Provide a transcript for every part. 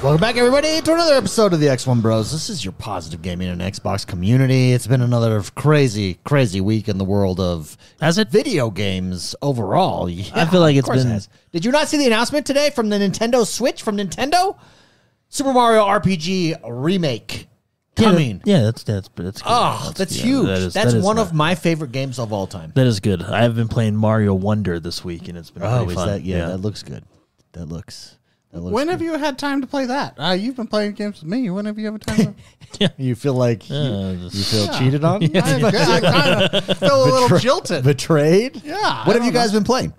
Welcome back, everybody, to another episode of the X1 Bros. This is your positive gaming and Xbox community. It's been another crazy, crazy week in the world of Has it? video games overall. Yeah, I feel like of it's course been- has. Did you not see the announcement today from the Nintendo Switch from Nintendo? Super Mario RPG remake coming. Yeah, that's that's that's. Good. Oh, that's yeah, huge. that is- that's that is one a- of my favorite games of all time. That is good. I've been playing Mario Wonder this week, and it's been Oh, pretty is fun. that? Yeah, that looks good. That looks. That looks. When have you had time to play that? Uh, you've been playing games with me. When have you had time? you feel like you, Yeah, Uh, just- you feel cheated on? To... I, I kind of feel a little Betray- jilted. Betrayed? Yeah, What I have you don't guys been playing?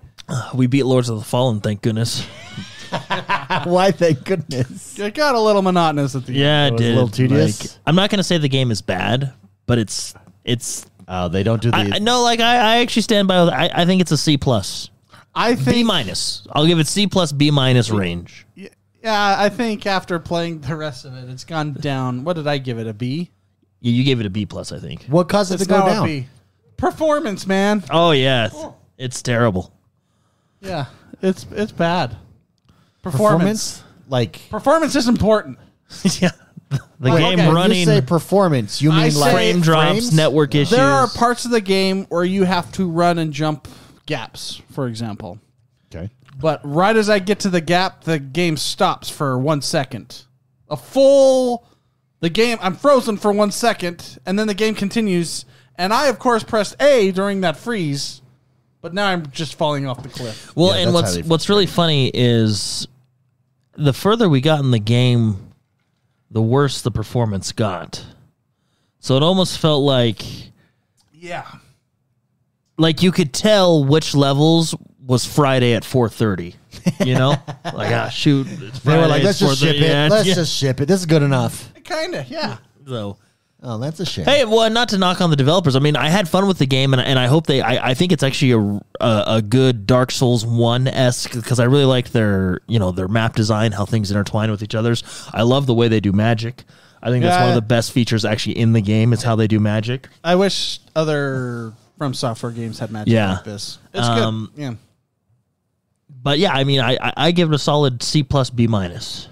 we beat Lords of the Fallen, thank goodness. Why, thank goodness. It got a little monotonous at the end. Yeah, it was a did. little tedious. Like, I'm not gonna say the game is bad, but it's it's. Oh, they don't do the. I, I- no, like I, I actually stand by. I, I think it's a C plus, I think. B minus. I'll give it C plus, B minus range. Yeah, I think after playing the rest of it, it's gone down. What did I give it? A B. You, you gave it a B plus, I think. what caused it to It's Uh, go now down? a B. Performance, man. Oh yeah, it's- it's terrible. Yeah, it's it's bad. Performance. Performance? Like, Performance is important. yeah, the game Wait, okay, you when running you say performance, you mean I like say frame drops, frames? network issues. There are parts of the game where you have to run and jump gaps, for example. Okay. But right as I get to the gap, the game stops for one second. A full, the game, I'm frozen for one second, and then the game continues. And I, of course, pressed A during that freeze, but now I'm just falling off the cliff. Well, Yeah, and that's what's highly what's really funny is the further we got in the game, the worse the performance got. So it almost felt like Yeah. like you could tell which levels was Friday at four thirty. You know, like ah shoot, it's They Friday, were like, let's it's just ship 4:30, it. yeah, let's yeah. just ship it. This is good enough. Kind of, yeah. So, Oh, that's a shame. Hey, well, not to knock on the developers. I mean, I had fun with the game, and, and I hope they. I, I think it's actually a, a a good Dark Souls one esque because I really like their you know their map design, how things intertwine with each other's. I love the way they do magic. I think that's one Yeah. of the best features actually in the game is how they do magic. I wish other From Software games had magic Yeah. like this. It's Um, good. Yeah. But yeah, I mean, I I, I give it a solid C plus B minus.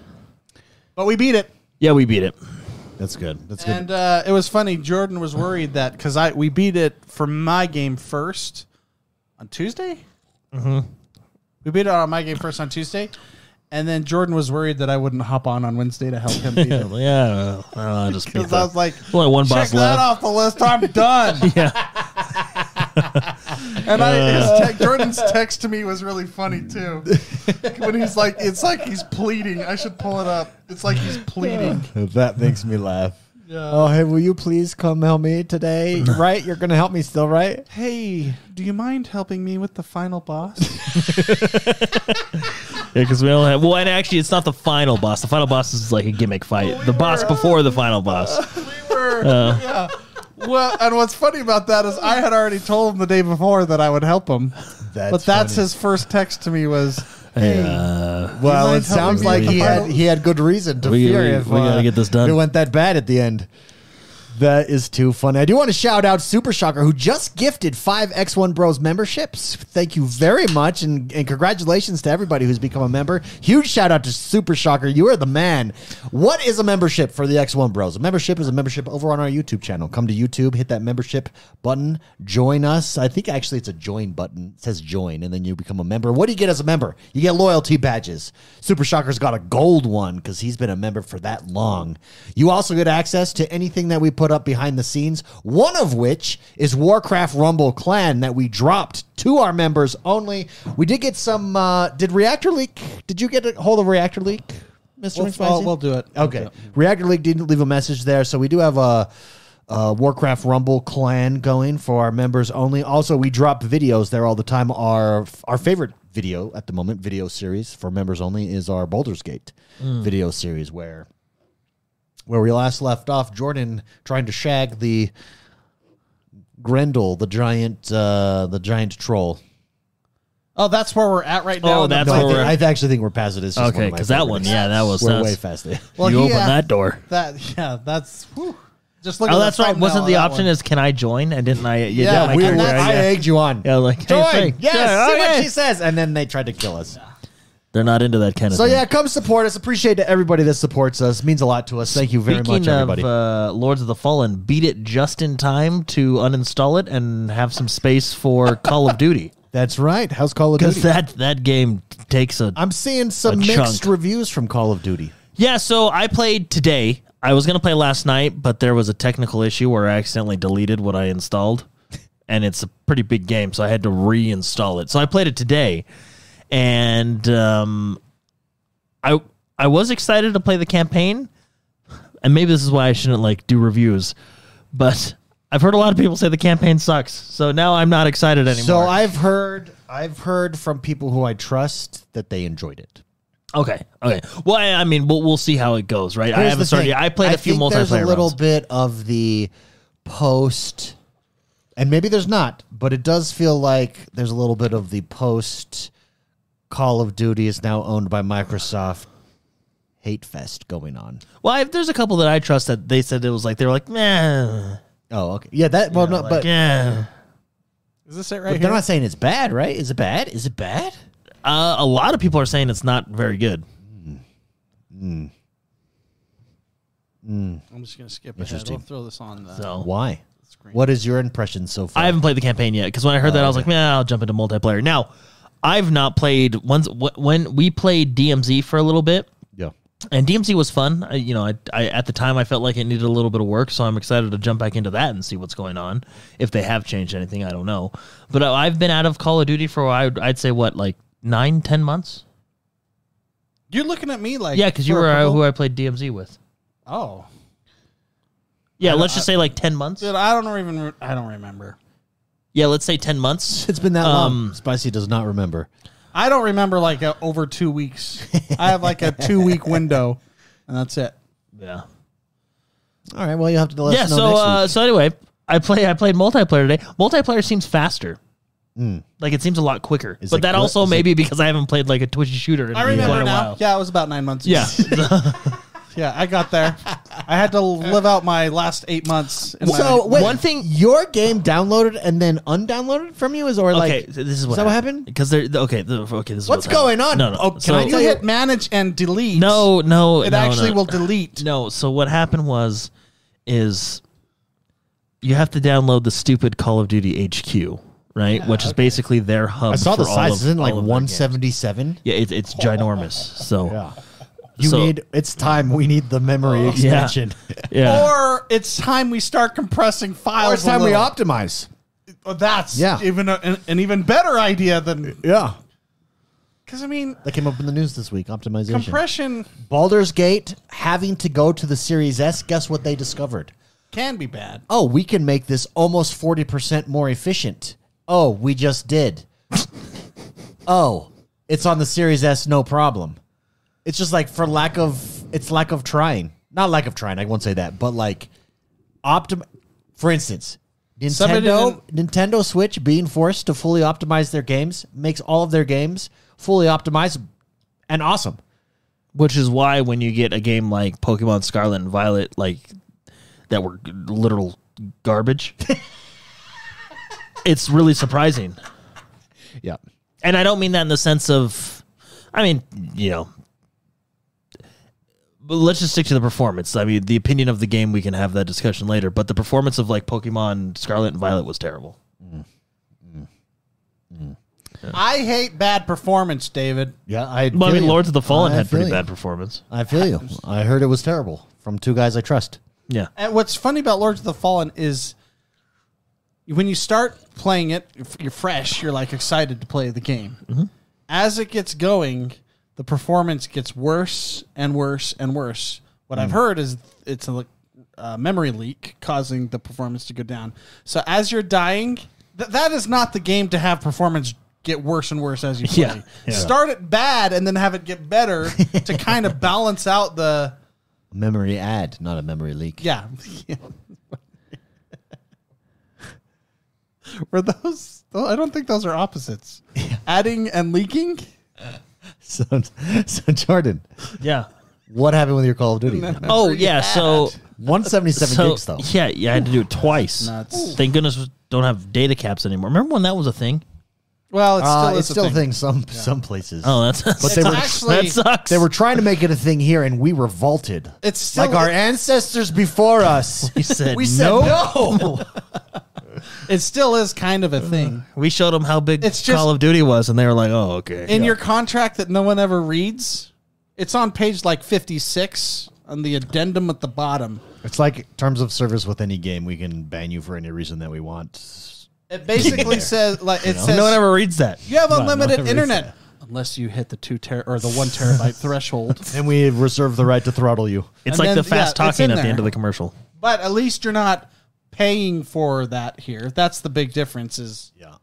But we beat it. Yeah, we beat it. That's good. That's good. And uh, it was funny. Jordan was worried that because I we beat it for my game first on Tuesday. Mm-hmm. We beat it on my game first on Tuesday, and then Jordan was worried that I wouldn't hop on on Wednesday to help him beat it. Yeah, uh, just beat Because I the- was like, only one check boss that left. off the list. I'm done. yeah. and I, Uh. his te- Jordan's text to me was really funny too. when he's like, it's like he's pleading. I should pull it up. It's like he's pleading. that makes me laugh. Oh, hey, will you please come help me today? right? You're going to help me still, right? Hey, do you mind helping me with the final boss? Yeah, because we only have. Well, and actually, it's not the final boss. The final boss is like a gimmick fight. Oh, the boss before the final boss. we were. yeah. Well, and what's funny about that is I had already told him the day before that I would help him, That's but that's funny. his first text to me was, "Hey, Yeah. Well, mind it sounds like helping he me with the had final- he had good reason to We- fear we- if we gotta uh, get this done. It went that bad at the end. That is too funny. I do want to shout out Super Shocker who just gifted five X1 Bros memberships. Thank you very much, and, and congratulations to everybody who's become a member. Huge shout out to Super Shocker. You are the man. What is a membership for the X1 Bros? A membership is a membership over on our YouTube channel. Come to YouTube, hit that membership button, join us. I think actually it's a join button. It says join, and then you become a member. What do you get as a member? You get loyalty badges. Super Shocker's got a gold one because he's been a member for that long. You also get access to anything that we put up behind the scenes, one of which is Warcraft Rumble Clan that we dropped to our members only. We did get some. Uh, did Reactor Leak? Did you get a hold of Reactor Leak, Mister? We'll- uh, we'll- we'll do it. Okay. Reactor League didn't leave a message there, so we do have a, a Warcraft Rumble clan going for our members only. Also, we drop videos there all the time. Our our favorite video at the moment, video series for members only, is our Baldur's Gate Hmm. video series where where we last left off. Jordan trying to shag the Grendel, the giant, uh, the giant troll. "Oh, that's where we're at right now." Oh, in the that's No, I, play." where think, we're- I actually think we're past it. It's just Okay, because that one, yeah, that was we nuts. way past it. Well, you he open a- that door. that. Yeah, that's. whew. Just look. at Oh, the that's right. thumbnail Wasn't of uh, the that option one. is can I join? And didn't I? you Yeah, didn't I we we kinda- were- I yeah. egged you on. Yeah, like, hey, Join. Frank. Yes, Yeah, see what okay. she says. And then they tried to kill us. They're not into that kind of So thing. yeah, come support us. Appreciate to everybody that supports us. Means a lot to us. Thank you very Speaking much, of everybody. uh, Lords of the Fallen, beat it just in time to uninstall it and have some space for Call of Duty That's right. How's Call of because Duty? that that game takes a I'm seeing some a mixed chunk. reviews from Call of Duty. Yeah, so I played today. I was gonna play last night, but there was a technical issue where I accidentally deleted what I installed, and it's a pretty big game, so I had to reinstall it. So I played it today, and um, I I was excited to play the campaign, and maybe this is why I shouldn't like do reviews, but I've heard a lot of people say the campaign sucks, so now I'm not excited anymore. So I've heard I've heard from people who I trust that they enjoyed it. okay, okay. Well, I, I mean, we'll, we'll see how it goes, right? I Here's haven't the started. thing. Yet. I played a few think multiplayer There's a little rounds. bit of the post, and maybe there's not, but it does feel like there's a little bit of the post. Call of Duty is now owned by Microsoft. Hate fest going on. Well, I, there's a couple that I trust that they said it was like they were like, meh. Oh, okay. Yeah, that. Well, no, like, but, yeah. Is this it but right they're here? not saying it's bad, right? Is it bad? Is it bad? Uh, a lot of people are saying it's not very good. I'm just gonna skip ahead. Interesting. I'll throw this on the So Why? screen. What is your impression so far? I haven't played the campaign yet because when I heard that, I was like, man, I'll jump into multiplayer. Now, I've not played once wh- when we played DMZ for a little bit, yeah. and DMZ was fun. I, you know, I, I at the time I felt like it needed a little bit of work, so I'm excited to jump back into that and see what's going on. If they have changed anything, I don't know. But I- I've been out of Call of Duty for I'd, I'd say what like nine, ten months. You're looking at me like Yeah, because you for were uh, approval? who I played DMZ with. Oh, Yeah, let's just say like ten months. dude, I don't even. Re- I don't remember. Yeah, let's say ten months. It's been that Um, long. Spicy does not remember. I don't remember like uh over two weeks. I have like a two week window, and that's it. Yeah. All right. Well, you'll have to let yeah. us know So next uh, week. so anyway, I play I played multiplayer today. Multiplayer seems faster. Like it seems a lot quicker. Hmm. Is but it that quick? also Is may be because I haven't played like a twitchy shooter in I quite remember a now. while. Yeah, it was about nine months. Yeah. yeah, I got there. I had to live out my last eight months. In my- So wait, One thing- your game downloaded and then undownloaded from you is or like okay, so this is what that what happened? Because they're okay. The, okay, this is What's going on? No, no. Oh, can so- I you hit manage and delete. No, no. it no, actually no. will delete. No. So what happened was, is you have to download the stupid Call of Duty HQ, right? Which is basically their hub. Ah, I saw the for all size. of- Isn't it like all of their games. 177? Yeah, it, it's ginormous. So Yeah. You So- Oh, need it's time. We need the memory Yeah. expansion. yeah. Or it's time we start compressing files. Or it's time a we little. optimize. Oh, that's Yeah. even a, an, an even better idea than Yeah. because I mean That came up in the news this week. Optimization. compression Baldur's Gate having to go to the Series S. Guess what they discovered? can be bad. Oh, we can make this almost 40% more efficient. Oh, we just did. oh, it's on the Series S, no problem. It's just like for lack of, it's lack of trying. Not lack of trying, I won't say that, but like optim. For instance, Somebody Nintendo Nintendo Switch being forced to fully optimize their games makes all of their games fully optimized and awesome. Which is why when you get a game like Pokemon Scarlet and Violet, like that were g- literal garbage, it's really surprising. Yeah. And I don't mean that in the sense of, I mean, you know, but let's just stick to the performance. I mean, the opinion of the game, we can have that discussion later, but the performance of like Pokemon Scarlet and Violet was terrible. I hate bad performance, David. Yeah, I. Well, I feel mean, you. Lords of the Fallen I had pretty feel you. bad performance. I feel you. I heard it was terrible from two guys I trust. Yeah. And what's funny about Lords of the Fallen is when you start playing it, if you're fresh, you're like excited to play the game. Mm-hmm. As it gets going, the performance gets worse and worse and worse. What Mm. I've heard is it's a uh, memory leak causing the performance to go down. So as you're dying, th- that is not the game to have performance get worse and worse as you play. Yeah, yeah. Start it bad and then have it get better to kind of balance out the memory ad, not a memory leak. Yeah. Were those? tho- I don't think those are opposites. Adding and leaking. So, so Jordan, Yeah. what happened with your Call of Duty? Oh, yeah. So. 177 gigs though. Yeah, yeah, I had to do it twice. Nuts. Thank goodness we don't have data caps anymore. Remember when that was a thing? Well, it's still, Uh, it's it's still a thing. thing some some places. Oh, that's, that's But they were- that sucks. They were trying to make it a thing here, and we revolted. It's still- like our ancestors before us. we said we said no. no. It still is kind of a thing. We showed them how big It's just- Call of Duty was, and they were like, "Oh, okay." In your contract that no one ever reads, it's on page like 56 on the addendum at the bottom. it's like terms of service with any game. We can ban you for any reason that we want. It basically says like it says no one ever reads that. you have one unlimited ever internet unless you hit the 2 ter- or the 1 terabyte threshold. And we reserve the right to throttle you. It's And like then- the fast yeah, it's in talking at the there. end of the commercial. But at least you're not paying for that here. That's the big difference is Yeah.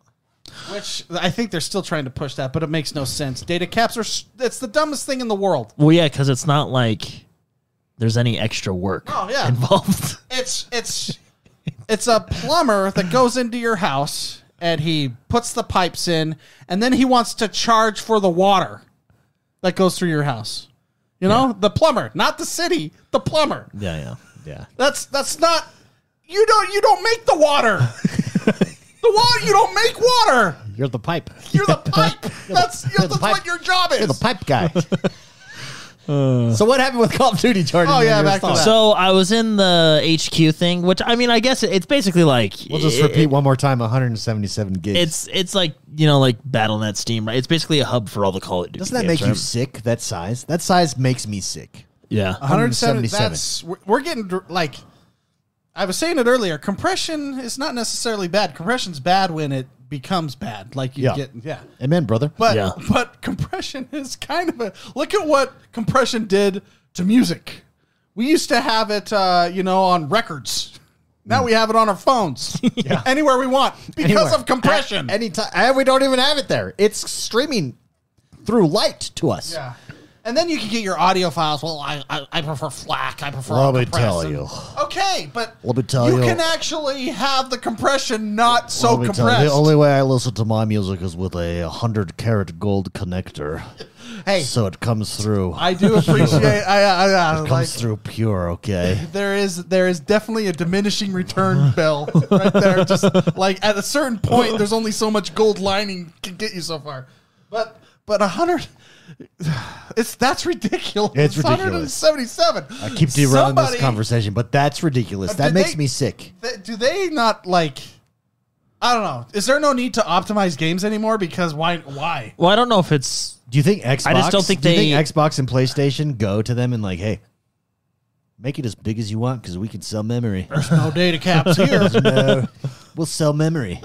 which I think they're still trying to push that, but it makes no sense. Data caps are s- it's the dumbest thing in the world. Well, yeah, because it's not like there's any extra work Oh, yeah. involved. It's it's it's a plumber that goes into your house and he puts the pipes in and then he wants to charge for the water that goes through your house. You know? The plumber, not the city, the plumber. Yeah. Yeah. Yeah. That's that's not you don't you don't make the water. the water you don't make water. You're the pipe. You're the pipe. That's you're that's the pipe. what your job is. You're the pipe guy. so what happened with Call of Duty, Jordan? Oh, yeah, Your back to thoughts? that. So I was in the HQ thing, which I mean, I guess it- it's basically like We'll just it- repeat one more time. 177 gigs. It's it's like you know like BattleNet Steam, right? It's basically a hub for all the Call of Duty. Doesn't that games, make you right? sick? That size. That size makes me sick. Yeah. 177. 177. That's we're, we're getting dr- like I was saying it earlier. Compression is not necessarily bad. Compression's bad when it becomes bad. Like you Yeah. get yeah. Amen, brother. But Yeah. but compression is kind of a look at what compression did to music. We used to have it uh, you know on records. Now we have it on our phones. Anywhere we want because Anywhere. of compression. At any time, and we don't even have it there. It's streaming through light to us. yeah. And then you can get your audio files. Well, I I, I prefer FLAC. I prefer. Let me compress tell and- you. Okay, but Let me tell you. can actually have the compression not so Let me tell you, compressed. the only way I listen to my music is with a hundred karat gold connector. Hey. so it comes through. I do appreciate. I, I, I, it comes like through pure. Okay. there is there is definitely a diminishing return bell right there. Just like at a certain point, there's only so much gold lining can get you so far. But but a hundred. It's that's ridiculous. It's ridiculous. 177. I keep derailing this conversation, but that's ridiculous. But that did makes they- me sick. Th- do they not like? I don't know. Is there no need to optimize games anymore? Because why? Why? Well, I don't know if it's Do you think Xbox? I just don't think do you they- think Xbox and PlayStation go to them and like, hey, make it as big as you want because we can sell memory. No data caps here. no, we'll sell memory.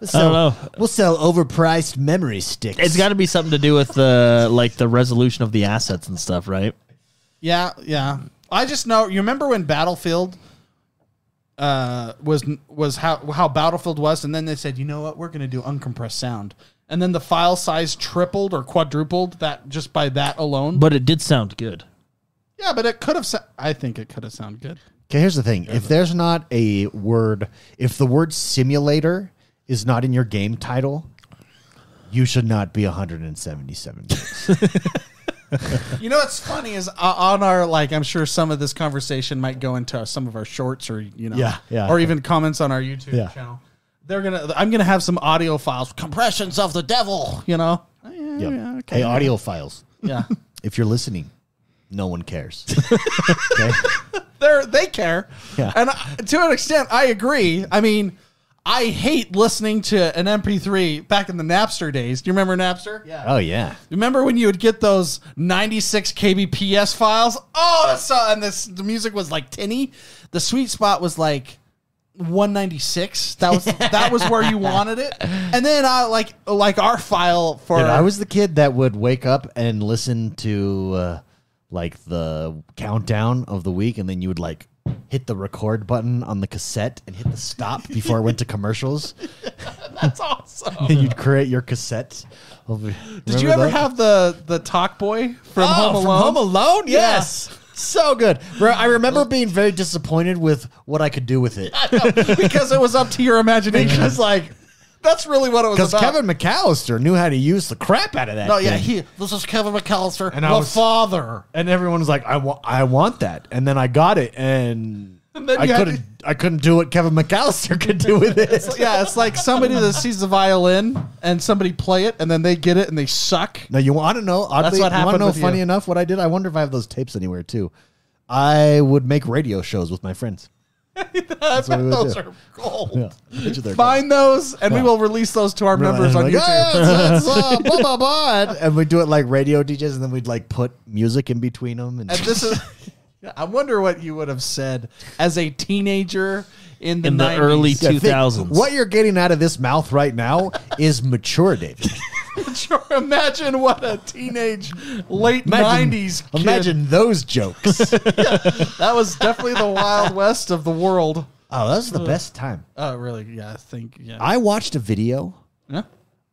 We'll sell, know. We'll sell overpriced memory sticks. it's got to be something to do with the like the resolution of the assets and stuff, right? yeah, yeah. I just know. You remember when Battlefield uh, was was how how Battlefield was, and then they said, you know what, we're going to do uncompressed sound, and then the file size tripled or quadrupled that just by that alone. But it did sound good. yeah, but it could have. Sa- I think it could have sounded good. Okay, here's the thing. If there's not a word, if the word simulator is not in your game title, you should not be 177. You know what's funny is uh, on our like I'm sure some of this conversation might go into some of our shorts or you know Yeah, yeah. or even comments on our YouTube Yeah. channel. They're gonna I'm gonna have some audio files compressions of the devil. You know. Yeah. yep. Yeah. Hey, audio files. yeah. If you're listening, no one cares. okay? They're they care. Yeah. And I, to an extent, I agree. I mean. I hate listening to an MP3 back in the Napster days. Do you remember Napster? Yeah. Oh yeah. Remember when you would get those 96 kbps files? Oh, that's so, and this the music was like tinny. The sweet spot was like 196. That was that was where you wanted it. And then I like like our file for Dude, I was the kid that would wake up and listen to uh, like the countdown of the week, and then you would like hit the record button on the cassette and hit the stop before it went to commercials, that's awesome. and you'd create your cassette. Did you ever have the the Talk Boy from Home Alone? Oh, Home Alone, Yeah. yes. So good. Bro, I remember being very disappointed with what I could do with it. because it was up to your imagination. Because like that's really what it was because about. Kevin McAllister knew how to use the crap out of that. no, yeah, thing. he. This is Kevin McAllister, And the I was- father. and everyone was like, I, wa- I want that. And then I got it, and And then I you had couldn't. I couldn't do what Kevin McAllister could do with it. to- yeah, it's like somebody that sees the violin and somebody play it and then they get it and they suck. Now you want to know? Oddly, what you want happened to know? with Funny you. enough, what I did. I wonder if I have those tapes anywhere too. I would make radio shows with my friends. That's what we would Those do. are gold. Yeah. I bet you they're Find those and we will release those to our cool. members on Like, YouTube. "Yeah, it's- it's, uh, blah, blah, blah." And we do it like radio DJs, and then we'd like put music in between them. And, And this is. I wonder what you would have said as a teenager in the In the 90s. early Yeah, think- 2000s. What you're getting out of this mouth right now is mature, David. Sure, Imagine what a teenage late Imagine- nineties. Imagine those jokes. that was definitely the wild west of the world. Oh, that was the best time. Oh, really? Yeah, I think yeah. I watched a video yeah.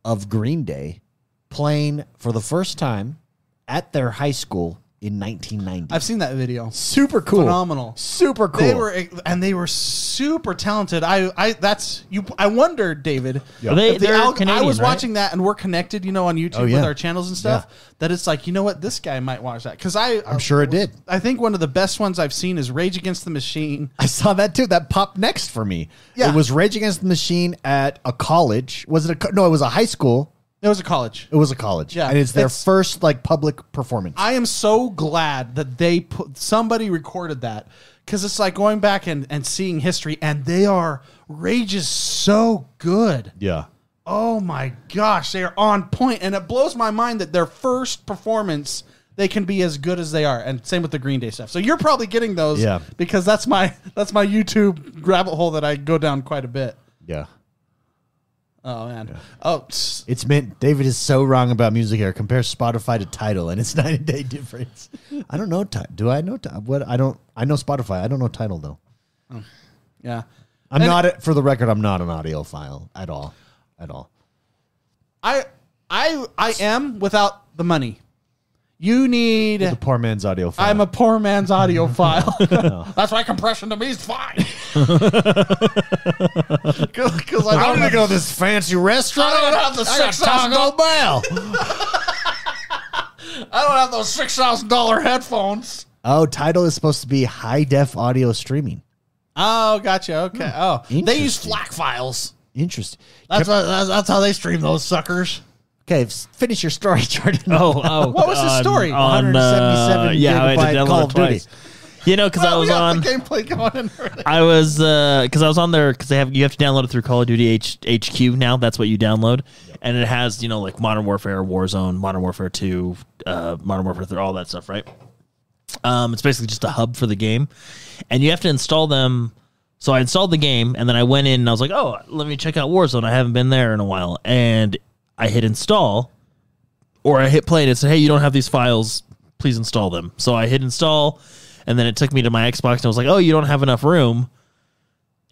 of Green Day playing for the first time at their high school in 1990. I've seen that video. super cool. Phenomenal. Super cool. They were and they were super talented. I I that's you. I wondered, David. Yeah. They- if the they're alg- I Canadian, was right? watching that, and we're connected, you know, on YouTube Oh, yeah. with our channels and stuff. That it's like, you know what, this guy might watch that because I I'm sure it did. I think one of the best ones I've seen is Rage Against the Machine. I saw that too. That popped next for me. Yeah. It was Rage Against the Machine at a college. Was it a co- no? It was a high school. It was a college. It was a college. Yeah. And it's their It's- first like public performance. I am so glad that they put somebody recorded that because it's like going back and, and seeing history, and they are Rage is so good. yeah. Oh my gosh, they are on point, and it blows my mind that their first performance they can be as good as they are. And same with the Green Day stuff. So you're probably getting those, Yeah. because that's my that's my YouTube rabbit hole that I go down quite a bit. Yeah. Oh man, oh. tss. It's meant David is so wrong about music here. Compare Spotify to Tidal, and it's night and day difference. I don't know. Ti- Do I know Ti- what? I don't. I know Spotify. I don't know Tidal though. Yeah. I'm And- not. For the record, I'm not an audiophile at all. At all. I I I am without the money. You need The poor man's audiophile. I'm a poor man's audiophile. That's why compression to me is fine. Because I I'm don't gonna have, go to this fancy restaurant. I don't have the I got sex taco. Taco Bell. I don't have those six thousand dollar headphones. oh, Tidal is supposed to be high def audio streaming. Oh, gotcha. Okay. Oh, they use interesting. FLAC files. Interesting. That's, what, that's that's how they stream those suckers. Okay, s- finish your story, Jordan. Oh, oh. What was the on- story? On, uh, 177 yeah, I had to gigabyte download Call it of Duty. twice. You know, because I was we got on. the gameplay going in early. I was because I was on there because they have you have to download it through Call of Duty H- HQ now. That's what you download, and it has you know like Modern Warfare, Warzone, Modern Warfare Two, uh, Modern Warfare Three, all that stuff, right? Um, it's basically just a hub for the game, and you have to install them. So I installed the game, and then I went in and I was like, oh, let me check out Warzone. I haven't been there in a while, and I hit install, or I hit play and it said, "Hey, you don't have these files. Please install them." So I hit install, and then it took me to my Xbox, and I was like, "Oh, you don't have enough room.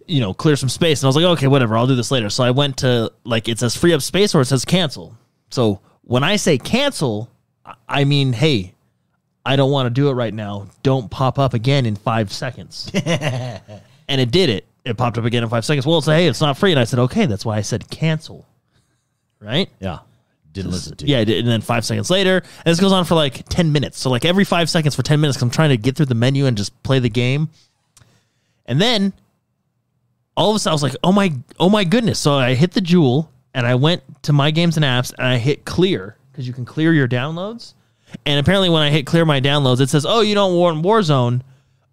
You know, clear some space." And I was like, "Okay, whatever. I'll do this later." So I went to like it says free up space or it says cancel. So when I say cancel, I- I mean, hey. I don't want to do it right now. Don't pop up again in five seconds. and it did it. It popped up again in five seconds. Well, it said, hey, it's not free. And I said, okay, that's why I said cancel. Right? Yeah, didn't listen to. you. Yeah, I did. and then five seconds later, and this goes on for like ten minutes. So like every five seconds for ten minutes, 'cause I'm trying to get through the menu and just play the game. And then all of a sudden, I was like, "Oh my, oh my goodness!" So I hit the jewel, and I went to my games and apps, and I hit clear because you can clear your downloads. And apparently, when I hit clear my downloads, it says, "Oh, you don't warn Warzone."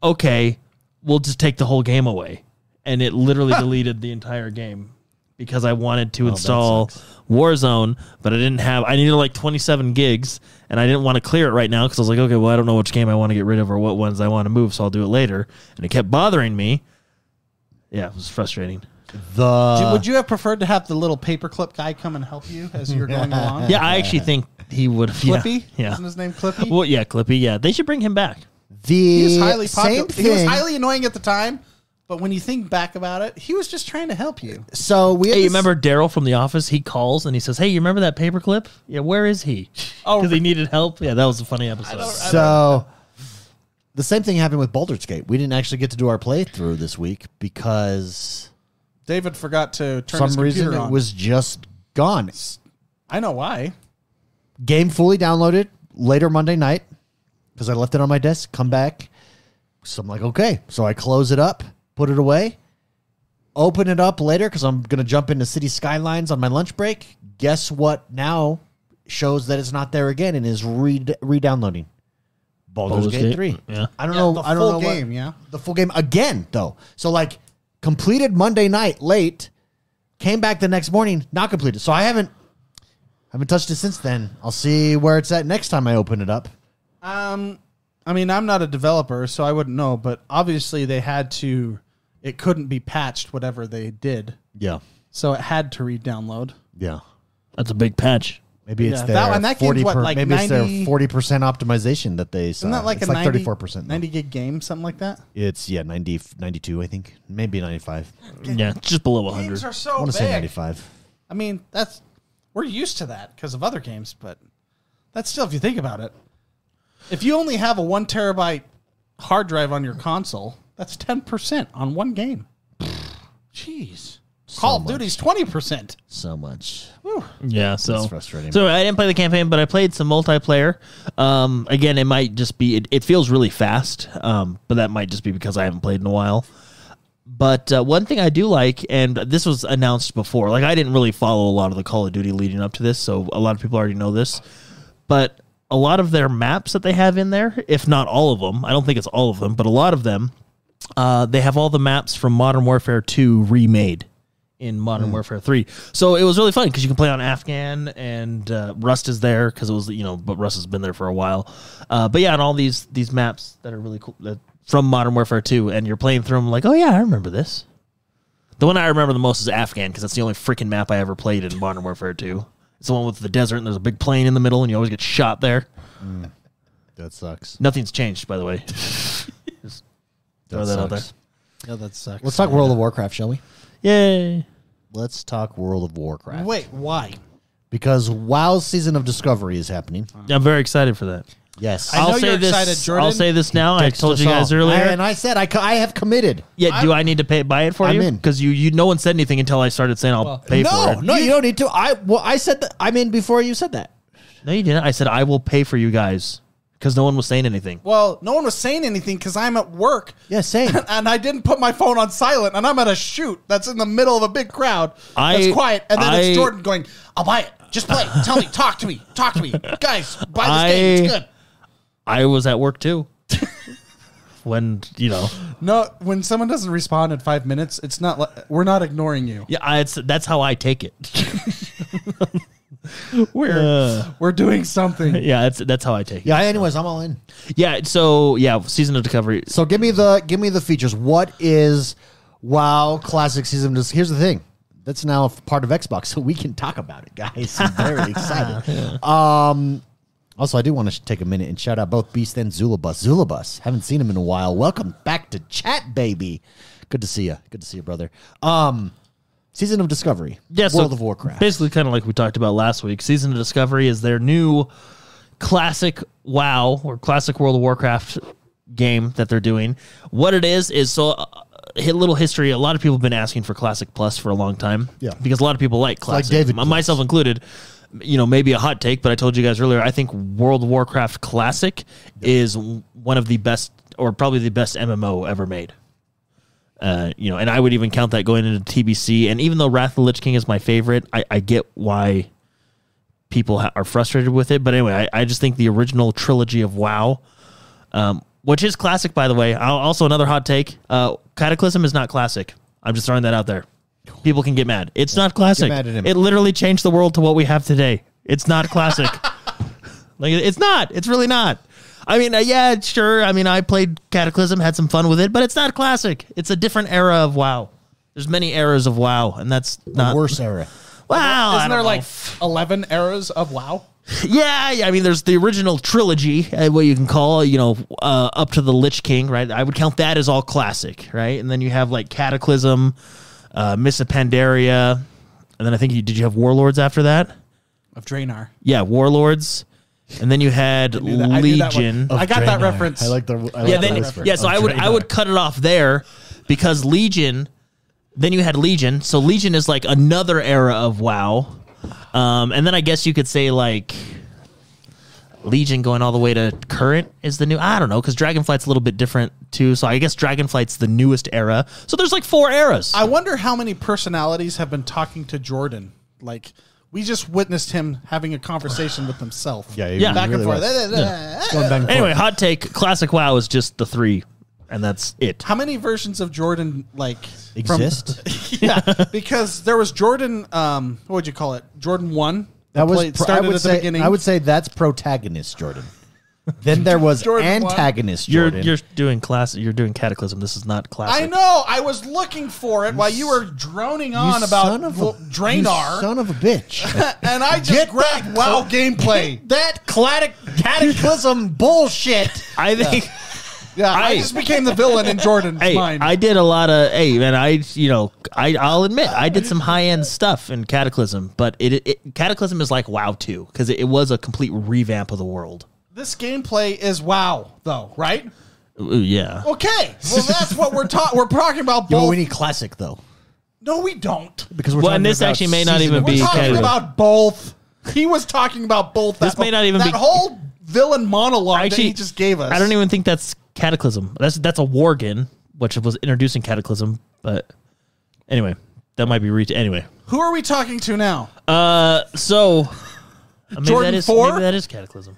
Okay, we'll just take the whole game away, and it literally deleted the entire game because I wanted to install Warzone, but I didn't have. I needed like 27 gigs, and I didn't want to clear it right now because I was like, okay, well, I don't know which game I want to get rid of or what ones I want to move, so I'll do it later. And it kept bothering me. Yeah, it was frustrating. The Would you have preferred to have the little paperclip guy come and help you as you were going along? Yeah, I actually think he would have. Clippy. Yeah. yeah. Isn't his name Clippy? Well, yeah, Clippy. Yeah, they should bring him back. the he was highly popular. same thing. He was highly annoying at the time, but when you think back about it, he was just trying to help you. so we had Hey, you this- remember Daryl from The Office? He calls and he says, "Hey, you remember that paperclip? Yeah, where is he? Oh, because he needed help. Yeah, that was a funny episode. So the same thing happened with Baldur's Gate. We didn't actually get to do our playthrough this week because David forgot to turn for his some reason computer it on. was just gone. I know why. Game fully downloaded later Monday night because I left it on my desk. Come back, So I'm like, okay. So I close it up, put it away, open it up later because I'm going to jump into City Skylines on my lunch break. Guess what now shows that it's not there again and is re downloading? Baldur's, Baldur's Gate Gate, 3. yeah. I don't Yeah, know. the I don't full know what- game, yeah. The full game again, though. So, like, completed Monday night late, came back the next morning, not completed. So I haven't. Haven't touched it since then. I'll see where it's at next time I open it up. Um, I mean, I'm not a developer, so I wouldn't know, but obviously they had to. It couldn't be patched, whatever they did, Yeah, so it had to re-download. yeah. That's a big patch. Maybe it's Yeah, their that one- that game's 40 what, per- like maybe it's their 90 forty percent optimization that they saw. Isn't that like Uh, it's a like thirty four percent. 90 gig game, something like that? It's yeah 90, 92, I think maybe ninety five. Yeah, it's just below 100. Games are I so want to say ninety Oh, big. five. I mean, that's we're used to that because of other games, but that's still, if you think about it, if you only have a one terabyte hard drive on your console, that's ten percent on one game. Jeez, Call of much. Duty's twenty percent. So much. Yeah, so frustrating. So I didn't play the campaign, but I played some multiplayer. Um, again, it might just be it, it feels really fast, um, but that might just be because I haven't played in a while. But uh, one thing I do like, and this was announced before, like I didn't really follow a lot of the Call of Duty leading up to this, so a lot of people already know this. But a lot of their maps that they have in there, if not all of them, I don't think it's all of them, but a lot of them, uh, they have all the maps from Modern Warfare 2 remade in Modern Warfare 3. So it was really fun because you can play on Afghan and uh, Rust is there because it was you know, but Rust has been there for a while. Uh, but yeah, and all these these maps that are really cool that from Modern Warfare 2, and you're playing through them like, oh yeah, I remember this. The one I remember the most is Afghan because that's the only freaking map I ever played in Modern Warfare 2. It's the one with the desert and there's a big plane in the middle and you always get shot there. That sucks. Nothing's changed, by the way. That Throw that out there. sucks. Yeah, that sucks. Let's talk World of Warcraft, shall we? Yay. Let's talk World of Warcraft. Wait, why? because WoW Season of Discovery is happening. I'm very excited for that. Yes. I know I'll say you're this. excited, Jordan. I'll say this now. I Text told us you guys all. earlier. I- and I said I, co- I have committed. yeah, do I need to pay buy it for I'm you? in. Because you, you, no one said anything until I started saying I'll pay for no, it. no, you, don't need to. I well, I said that I'm in before you said that. No, you didn't. I said I will pay for you guys because no one was saying anything. Well, no one was saying anything because I'm at work Yeah, same. and I didn't put my phone on silent, and I'm at a shoot that's in the middle of a big crowd I- that's quiet, and then I- it's Jordan going, "I'll buy it. Just play. Tell me. Talk to me. Talk to me, guys. Buy this I- game. It's good." I was at work too. when you know, No, when someone doesn't respond in five minutes, it's not like we're not ignoring you. yeah, I, it's that's how I take it. We're we're doing something. Uh. yeah, it's that's how I take it. yeah. Anyways, I'm all in. Yeah, so yeah, season of discovery. So give me the give me the features. What is WoW Classic Season? of Dis- Here's the thing. That's now f- part of Xbox, so we can talk about it, guys. I'm very excited. Um, also, I do want to take a minute and shout out both Beast and Zulabus. Zulabus, haven't seen him in a while. Welcome back to chat, baby. Good to see you. Good to see you, brother. Um, Season of Discovery. Yeah, so World of Warcraft. Basically, kind of like we talked about last week. Season of Discovery is their new classic WoW or classic World of Warcraft game that they're doing. What it is is so uh, a little history. A lot of people have been asking for Classic Plus for a long time. Yeah. because a lot of people like like Classic. David my- Plus. myself included. You know, maybe a hot take, but I told you guys earlier. I think World of Warcraft Classic is w- one of the best, or probably the best MMO ever made uh, you know, and I would even count that going into TBC. And even though Wrath of the Lich King is my favorite, I, I get why people ha- are frustrated with it. But anyway, I, I just think the original trilogy of WoW, um, which is classic, by the way. I'll, also, another hot take: uh, Cataclysm is not classic. I'm just throwing that out there. People can get mad. It's not classic. mad at him. It literally changed the world to what we have today. It's not classic. Like it's not. It's really not. I mean, uh, yeah, sure. I mean, I played Cataclysm, had some fun with it, but it's not classic. It's a different era of WoW. There's many eras of WoW, and that's not Worse era. Wow, I Isn't there don't like know. eleven eras of WoW? yeah, yeah? I mean, there's the original trilogy, uh, what you can call, you know, uh, up to the Lich King, right? I would count that as all classic, right? And then you have like Cataclysm, uh, Miss of Pandaria, and then I think you did you have Warlords after that? Of Draenor. Yeah, Warlords, and then you had Knew that- I knew that one. Legion. I got that Draenor. reference. I like the. I like yeah, the then, whisper. yeah. So Oh, I would I Draenor. would cut it off there because Legion. Then you had Legion. So Legion is like another era of WoW, um, and then I guess you could say like Legion going all the way to current is the new. I don't know because Dragonflight's a little bit different too. So I guess Dragonflight's the newest era. So there's like four eras. I wonder how many personalities have been talking to Jordan. Like we just witnessed him having a conversation with himself. Yeah, Yeah. back and forth. Going back and anyway, forth. hot take: classic WoW is just the three, and that's it. How many versions of Jordan like from- exist. yeah, because there was Jordan. Um, what would you call it? Jordan one. That was played- pro- started I would at say, the beginning. I would say that's protagonist Jordan. then there was Jordan what? antagonist You're Jordan. you're doing class. You're doing Cataclysm. This is not classic. I know. I was looking for it while you were droning You on about son of Vo- a, Draenor, you son of a bitch. and I just grabbed WoW gameplay. that clatic, cataclysm bullshit. I think. Yeah, I, I- just became the villain in Jordan's Hey, mind. I did a lot of hey man. I you know I I'll admit I did some high end stuff in Cataclysm, but it, it Cataclysm is like WoW too because it, it was a complete revamp of the world. this gameplay is WoW, though, right? Ooh, yeah. Okay, well that's what we're talking. We're talking about Yo, both. we need classic though, no, we don't. because we're Well, talking and this about actually may not season even one. be We're talking Canada. about both. He was talking about both. That This may not even that be- whole villain monologue that he just gave us. I don't even think that's Cataclysm. That's that's a Worgen, which was introducing Cataclysm. But anyway, that might be reach. Anyway, Who are we talking to now? uh, so maybe Jordan that is four? maybe that is Cataclysm.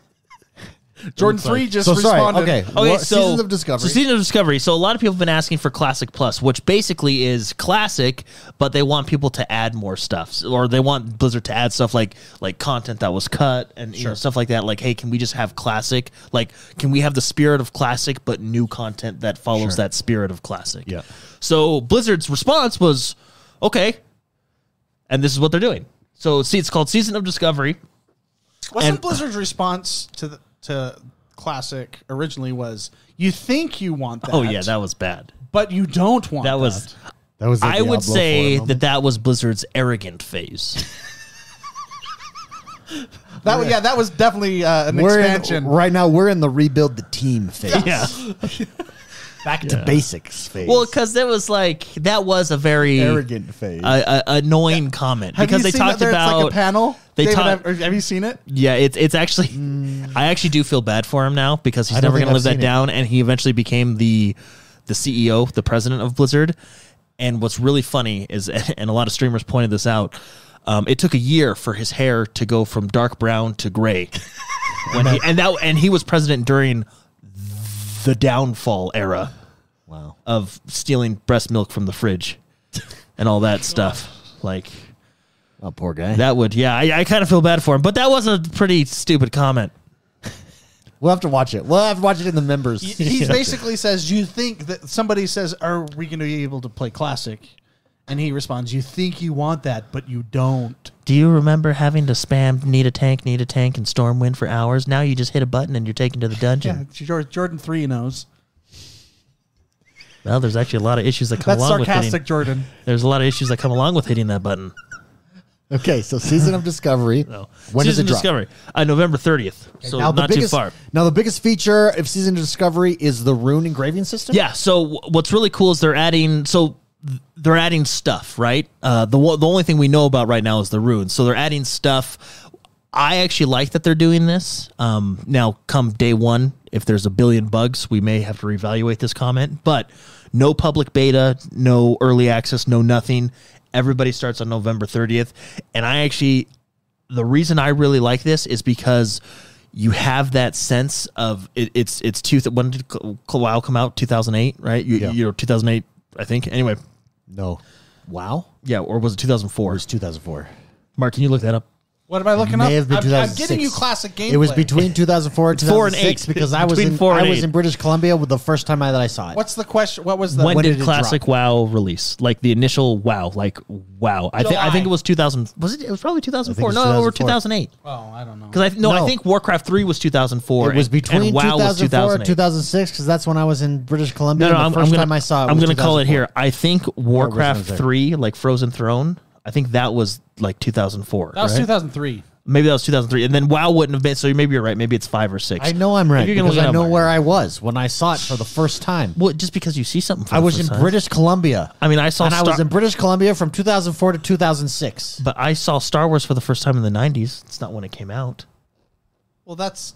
Jordan looks like- three just So sorry. responded. Okay. Okay, Well, so seasons of discovery. So season of discovery. So a lot of people have been asking for classic plus, which basically is classic, but they want people to add more stuff, s- or they want Blizzard to add stuff like like content that was cut and you know, stuff like that. Like, hey, can we just have classic? Like, can we have the spirit of classic, but new content that follows that spirit of classic? Yeah. So Blizzard's response was, okay, and this is what they're doing. So see, it's called Season of Discovery. Wasn't And- Blizzard's response to the, to classic originally was you think you want that? Oh yeah, that was bad. but you don't want That was. That was. the I Diablo would say four moment. that that was Blizzard's arrogant phase. that. That was- yeah, that was definitely uh, an we're expansion. in, right now. We're in the rebuild the team phase. yeah. Back to basics phase. Well, because that was like that was a very arrogant phase. uh, uh, annoying comment Have because you they seen talked that there? It's about like a panel. they David, talk- have, have you seen it? Yeah, it's it's actually Mm. I actually do feel bad for him now because he's don't never think going to I've live seen that it. down and he eventually became the the CEO, the president of Blizzard. And what's really funny is and a lot of streamers pointed this out. Um, it took a year for his hair to go from dark brown to gray. when he, and that and he was president during the downfall era wow. of stealing breast milk from the fridge and all that stuff. Like Oh, poor guy. that would yeah, I, I kind of feel bad for him, but that was a pretty stupid comment. we'll have to watch it. We'll have to watch it in the members. He basically says, "You think that somebody says, are we going to be able to play classic?" And he responds, "You think you want that, but you don't." Do you remember having to spam need a tank, need a tank, and Stormwind for hours? Now you just hit a button and you're taken to the Yeah, dungeon. Jor- Jordan three knows. Well, there's actually a lot of issues that come That's along with sarcastic, hitting. Jordan. There's a lot of issues that come along with hitting that button. okay, so season of discovery. So When Season does it drop? Discovery uh, November 30th, so the not biggest, too far. Now the biggest feature of season of discovery is the rune engraving system. Yeah. So w- what's really cool is they're adding so th- they're adding stuff, right? Uh, the wo- the only thing we know about right now is the runes. So they're adding stuff. I actually like that they're doing this. Um, now, come day one, if there's a billion bugs, we may have to reevaluate this comment. But no public beta, no early access, no nothing. Everybody starts on November 30th, and I actually the reason I really like this is because you have that sense of it, it's it's two. Th- when did Cl- WoW come out? Two thousand eight, right? You, Yeah. you know, two thousand eight, I think. Anyway, No. Wow. yeah, or was it two thousand four? It's 2004. Mark, can you look that up? What am I looking May have up? been I'm, I'm 2006. getting you classic gameplay. It was between 2004 and 2006 four and eight. because I was Between in four and I was eight. in British Columbia with the first time I, that I saw it. What's the question? What was the? when, when did, did it Classic drop? WoW release? Like the initial WoW, like WoW. I think I think it July. was two thousand. Was it? It was probably two thousand four. was No, or two 2004. thousand eight. oh, I don't know. Because I th- no, I No. think Warcraft three was two thousand four. it was between and WoW was 2004 and 2008. 2006 because that's when I was in British Columbia. No, no, and the I'm, 1st I'm gonna, time I saw it, I'm was gonna call it 2004. here. I think Warcraft there. three, like Frozen Throne. I think that was like 2004. That was right? 2003. maybe that was 2003, and then WoW wouldn't have been. So maybe you're right. Maybe it's five or six. I know I'm right If you're gonna because look it I up, know Mark. where I was when I saw it for the first time. Well, just because you see something, for I the was first in time. British Columbia. I mean, I saw and I was Star- in British Columbia from 2004 to 2006. but I saw Star Wars for the first time in the 90s. It's not when it came out. Well, that's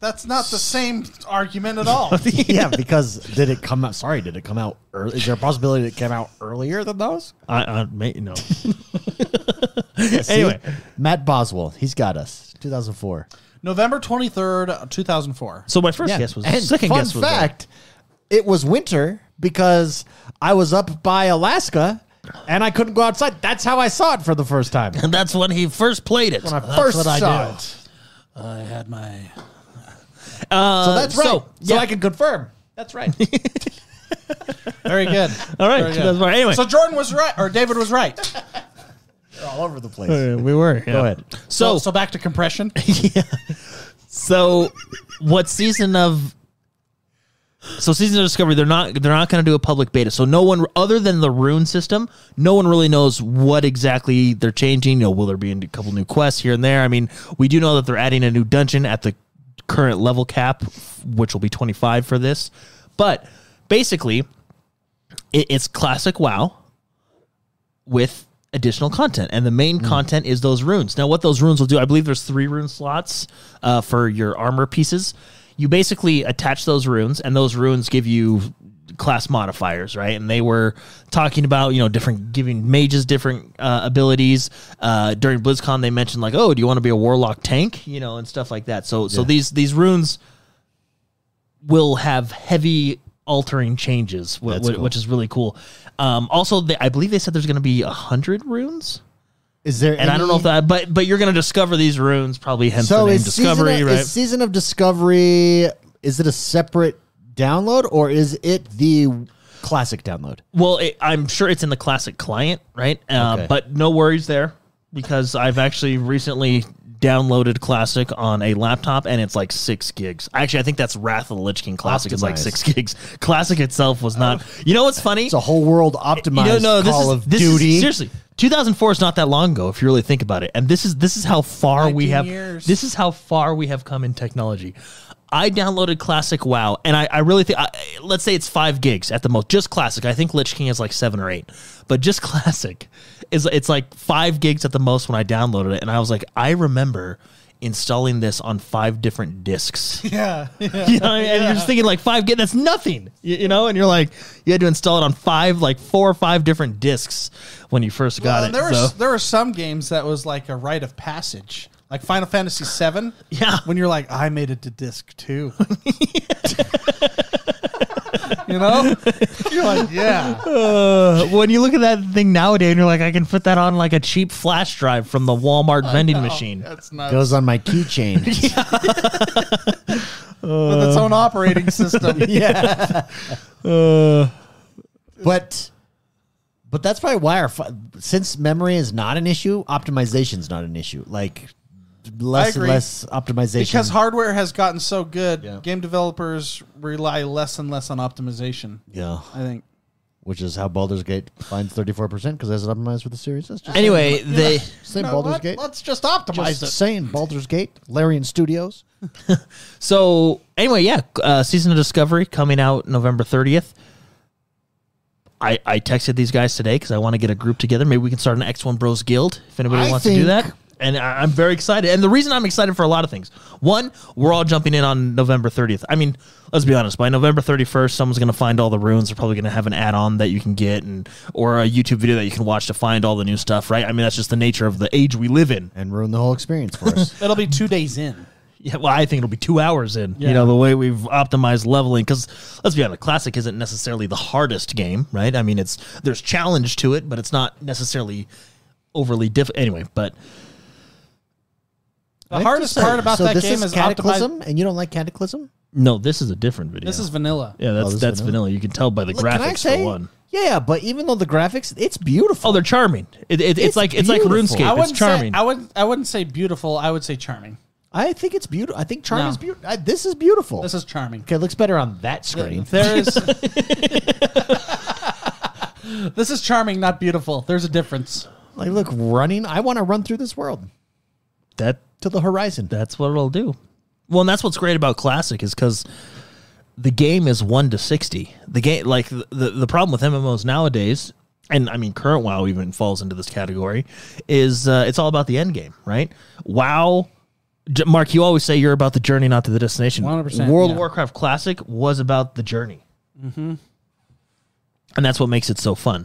That's not the same argument at all. yeah, because did it come out? Sorry, did it come out early? Is there a possibility it came out earlier than those? I, I may, no. anyway, See, Matt Boswell, he's got us. 2004. November 23rd, 2004. so my first guess was and second fun guess was right. fact, it was winter because I was up by Alaska and I couldn't go outside. That's how I saw it for the first time. and that's when he first played it. When I first what I saw do. it. I had my. Uh, So that's right. So, yeah. I can confirm. That's right. Very good. all right, Very good. that's right. Anyway, So Jordan was right, or David was right. They're all over the place. Uh, we were. yeah. Go ahead. So, so so, back to compression. what season of? So season of discovery, they're not they're not going to do a public beta. So no one other than the rune system, no one really knows what exactly they're changing. You know, will there be a couple new quests here and there? I mean, we do know that they're adding a new dungeon at the current level cap, which will be twenty five for this. But basically, it, it's classic WoW with additional content, and the Mm. main content is those runes. Now, what those runes will do, I believe there's three rune slots uh, for your armor pieces. You basically attach those runes, and those runes give you class modifiers, right? And they were talking about you know different giving mages different uh, abilities. Uh, during BlizzCon, they mentioned like, oh, do you want to be a warlock tank, you know, and stuff like that. So, so these these runes will have heavy altering changes, wh- That's wh- cool. which is really cool. Um, also, they, I believe they said there's going to be a hundred runes, Is there and I don't know if that, but but you're going to discover these runes probably. Hence so the name is Discovery, season of, right? Is season of Discovery is it a separate download or is it the classic download? well, it, I'm sure it's in the classic client, right? Uh, Okay. But no worries there, because I've actually recently downloaded classic on a laptop and it's like six gigs actually i think that's wrath of the lich king classic it's like Optimized. Oh. six gigs classic itself was not you know what's funny It's a whole world optimized You know, no, this Call is, of this is- Duty. seriously, 2004 is not that long ago if you really think about it. And this is this is how far we 19 have years. this is how far we have come in technology. I downloaded Classic WoW, and I, I really think I, let's say it's five gigs at the most, just Classic. I think Lich King is like seven or eight, but just Classic is it's like five gigs at the most when I downloaded it, and I was like, I remember installing this on five different discs yeah. you know, and you're just thinking like five gig that's nothing you, you know and you're like you had to install it on five like four or five different discs when you first got Well, it and there were so. there were some games that was like a rite of passage, like Final Fantasy VII. Yeah. when you're like, I made it to disc two. you know, you're like, yeah, Uh, when you look at that thing nowadays and you're like i can put that on like a cheap flash drive from the walmart vending machine Oh, that's not goes on my keychain. with its own operating system. but but that's probably why our fi- since memory is not an issue, optimization's not an issue. Like less and agree. less optimization. Because hardware has gotten so good, Yeah. game developers rely less and less on optimization. yeah, I think. which is how Baldur's Gate finds 34% because that's optimized with the series. That's just anyway they saying No, Baldur's let- Gate. Let's just optimize Just it. saying Baldur's Gate, Larian Studios. So anyway, yeah, uh, season of Discovery coming out November thirtieth. I, I texted these guys today because I want to get a group together. Maybe we can start an X1 Bros Guild if anybody I wants to do think- that. And I, I'm very excited. And the reason I'm excited for a lot of things. One, we're all jumping in on November 30th. I mean, let's be honest. By November 31st, someone's going to find all the runes. They're probably going to have an add-on that you can get, and or a YouTube video that you can watch to find all the new stuff. Right? I mean, that's just the nature of the age we live in. And ruin the whole experience for us. It'll be two days in. Yeah, well, I think it'll be two hours in. Yeah. You know the way we've optimized leveling because let's be honest, classic isn't necessarily the hardest game, right? I mean, it's there's challenge to it, but it's not necessarily overly diff. Anyway, but The hardest part about so that this game is, is optimizing. Cataclysm, and you don't like Cataclysm? no, this is a different video. This is vanilla. yeah, that's Oh, this that's vanilla. vanilla. You can tell by the Look, can I graphics say? for one. Yeah, but even though the graphics, it's beautiful. Oh, they're charming. It, it, it's, It's like it's beautiful. like RuneScape. It's charming. Say, I wouldn't. I wouldn't say beautiful. I would say charming. I think it's beautiful. I think charm No. is beautiful. This is beautiful. This is charming. okay. It looks better on that screen. There is. this is charming, not beautiful. There's a difference. like, look, running. I want to run through this world that to the horizon. that's what it'll do. Well, and that's what's great about classic is because the game is one to sixty. The game, like the, the the problem with MMOs nowadays, and I mean current WoW even falls into this category, is uh, it's all about the end game, right? WoW J- Mark, you always say you're about the journey, not to the destination. 100%, World yeah. of Warcraft Classic was about the journey, mm-hmm. and that's what makes it so fun.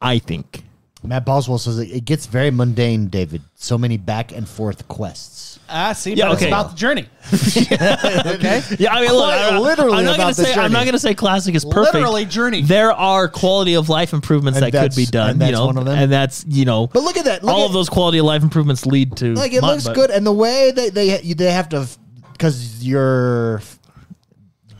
I think. Matt Boswell says it it gets very mundane, David. So many back and forth quests. Ah, see, Yeah, but okay. it's about the journey. okay. Yeah, I mean, look, Quite I, literally I'm not about gonna this say I'm not journey. gonna say classic is perfect. Literally journey. There are quality of life improvements And that could be that's- and done. that's you know, one of them. and that's you know. But look at that. Look all at- of those quality of life improvements lead to Like it mud, looks but- good, and the way they they you- they have to because your f-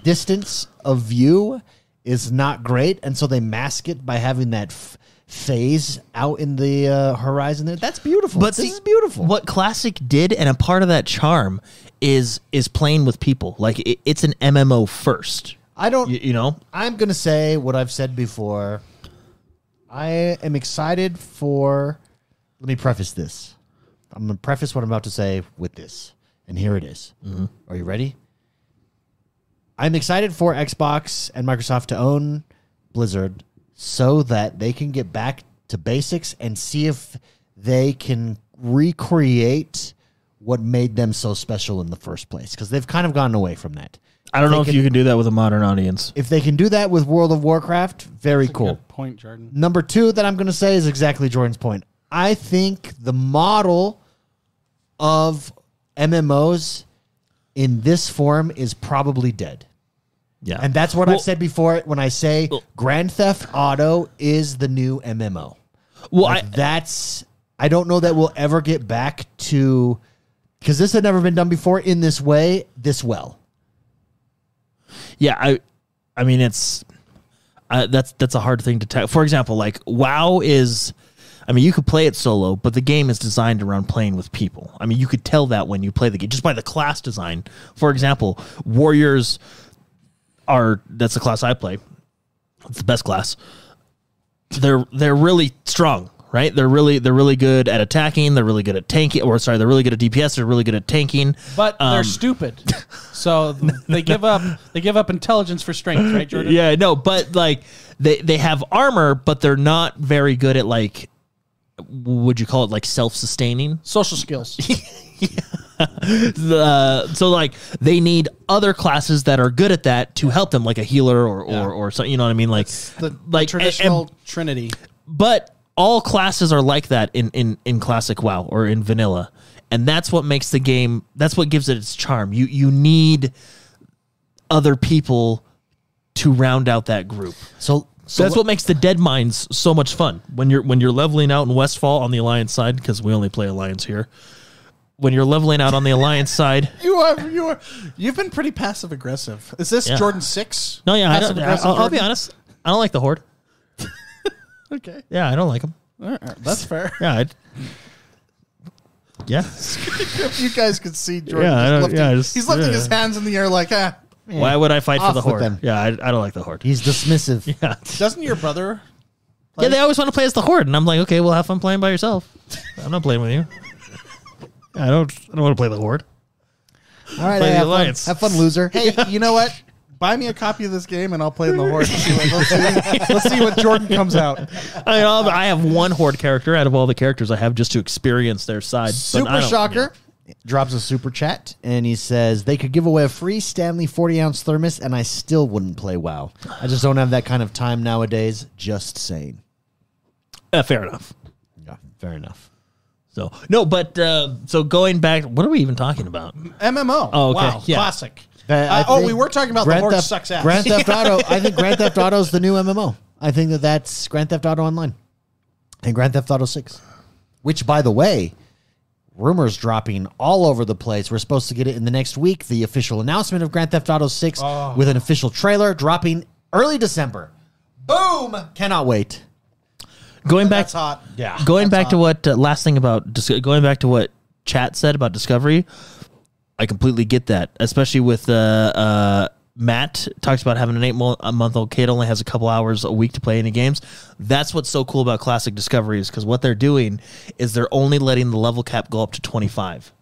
distance of view is not great, and so they mask it by having that f- phase out in the uh, horizon. There, that's beautiful. But this see, is beautiful. What classic did, and a part of that charm is is playing with people. Like it, it's an MMO first. I don't. You, you know, I'm gonna say what I've said before. I am excited for. Let me preface this. I'm gonna preface what I'm about to say with this, and here it is. Are you ready? I'm excited for Xbox and Microsoft to own Blizzard so that they can get back to basics and see if they can recreate what made them so special in the first place because they've kind of gotten away from that. I don't know if can- you can do that with a modern audience. If they can do that with World of Warcraft, very cool. Good point, Jordan. Number two that I'm going to say is exactly Jordan's point. I think the model of MMOs in this form is probably dead. Yeah, And that's what Well- I've said before when I say Grand Theft Auto is the new MMO. Well, Like I, that's I don't know that we'll ever get back to because this had never been done before in this way, this well. yeah, I, I mean, it's uh, that's that's a hard thing to tell. For example, like WoW is, I mean, you could play it solo, but the game is designed around playing with people. I mean, you could tell that when you play the game just by the class design. For example, warriors are that's the class I play. It's the best class. They're they're really strong, right? They're really they're really good at attacking. They're really good at tanking, or sorry, they're really good at DPS. They're really good at tanking. But they're Um, stupid, so th- they give up. They give up intelligence for strength, right, Jordan? Yeah, no, but like they they have armor, but they're not very good at like would you call it like self sustaining? Social skills. Uh, so like they need other classes that are good at that to help them, like a healer or or, or something. You know what I mean? Like The like and- and- traditional Trinity. but all classes are like that in, in, in classic WoW or in vanilla. And that's what makes the game that's what gives it its charm. You you need other people to round out that group. So so that's what makes the Dead Mines so much fun when you're when you're leveling out in Westfall on the Alliance side because we only play Alliance here. When you're leveling out on the Alliance side, You are. You are. You've been pretty passive aggressive. Is this Yeah. Jordan six? no, yeah, I don't, I, Passive-aggressive will I'll be Jordan? honest, I don't like the Horde. Okay, Yeah, I don't like them. All right, that's fair. Yeah, I, yeah, If you guys could see Jordan, Yeah, I just don't- lifting, yeah, I just- he's lifting yeah. his hands in the air like, ah. Why would I fight for Off the with Horde? them. Yeah, I, I don't like the Horde. he's dismissive. Yeah. Doesn't your brother? yeah, they always want to play as the Horde, and I'm like, okay, well, have fun playing by yourself. I'm not playing with you. I don't. I don't want to play the Horde. All right, hey, Play the have, fun, alliance. have fun, loser. Hey, you know what? Buy me a copy of this game and I'll play in the horde. and see what- Let's see, let's see what Jordan comes out. I, mean, I'll- I have one Horde character out of all the characters I have just to experience their side. but I Super don't- Shocker drops a super chat and he says they could give away a free Stanley 40 ounce thermos and I still wouldn't play WoW. I just don't have that kind of time nowadays. Just saying. Uh, fair enough. Yeah, fair enough. So no, but uh, so going back, what are we even talking about? MMO. Oh, okay. Wow, Yeah. classic. That- I Uh, oh, think we were talking about the Grand horde Theft- sucks ass. Grand Theft Auto. I think Grand Theft Auto is the new MMO. I think that that's Grand Theft Auto Online and Grand Theft Auto 6, which, by the way, rumors dropping all over the place. We're supposed to get it in the next week. The official announcement of Grand Theft Auto 6 Oh. with an official trailer dropping early December. Boom. Cannot wait. Going back, That's hot. Yeah. going back to what uh, last thing about Dis- going back to what chat said about Discovery. I completely get that, especially with uh, uh, Matt talks about having an eight mo- a month old kid only has a couple hours a week to play any games. That's what's so cool about Classic Discovery is because what they're doing is they're only letting the level cap go up to twenty five.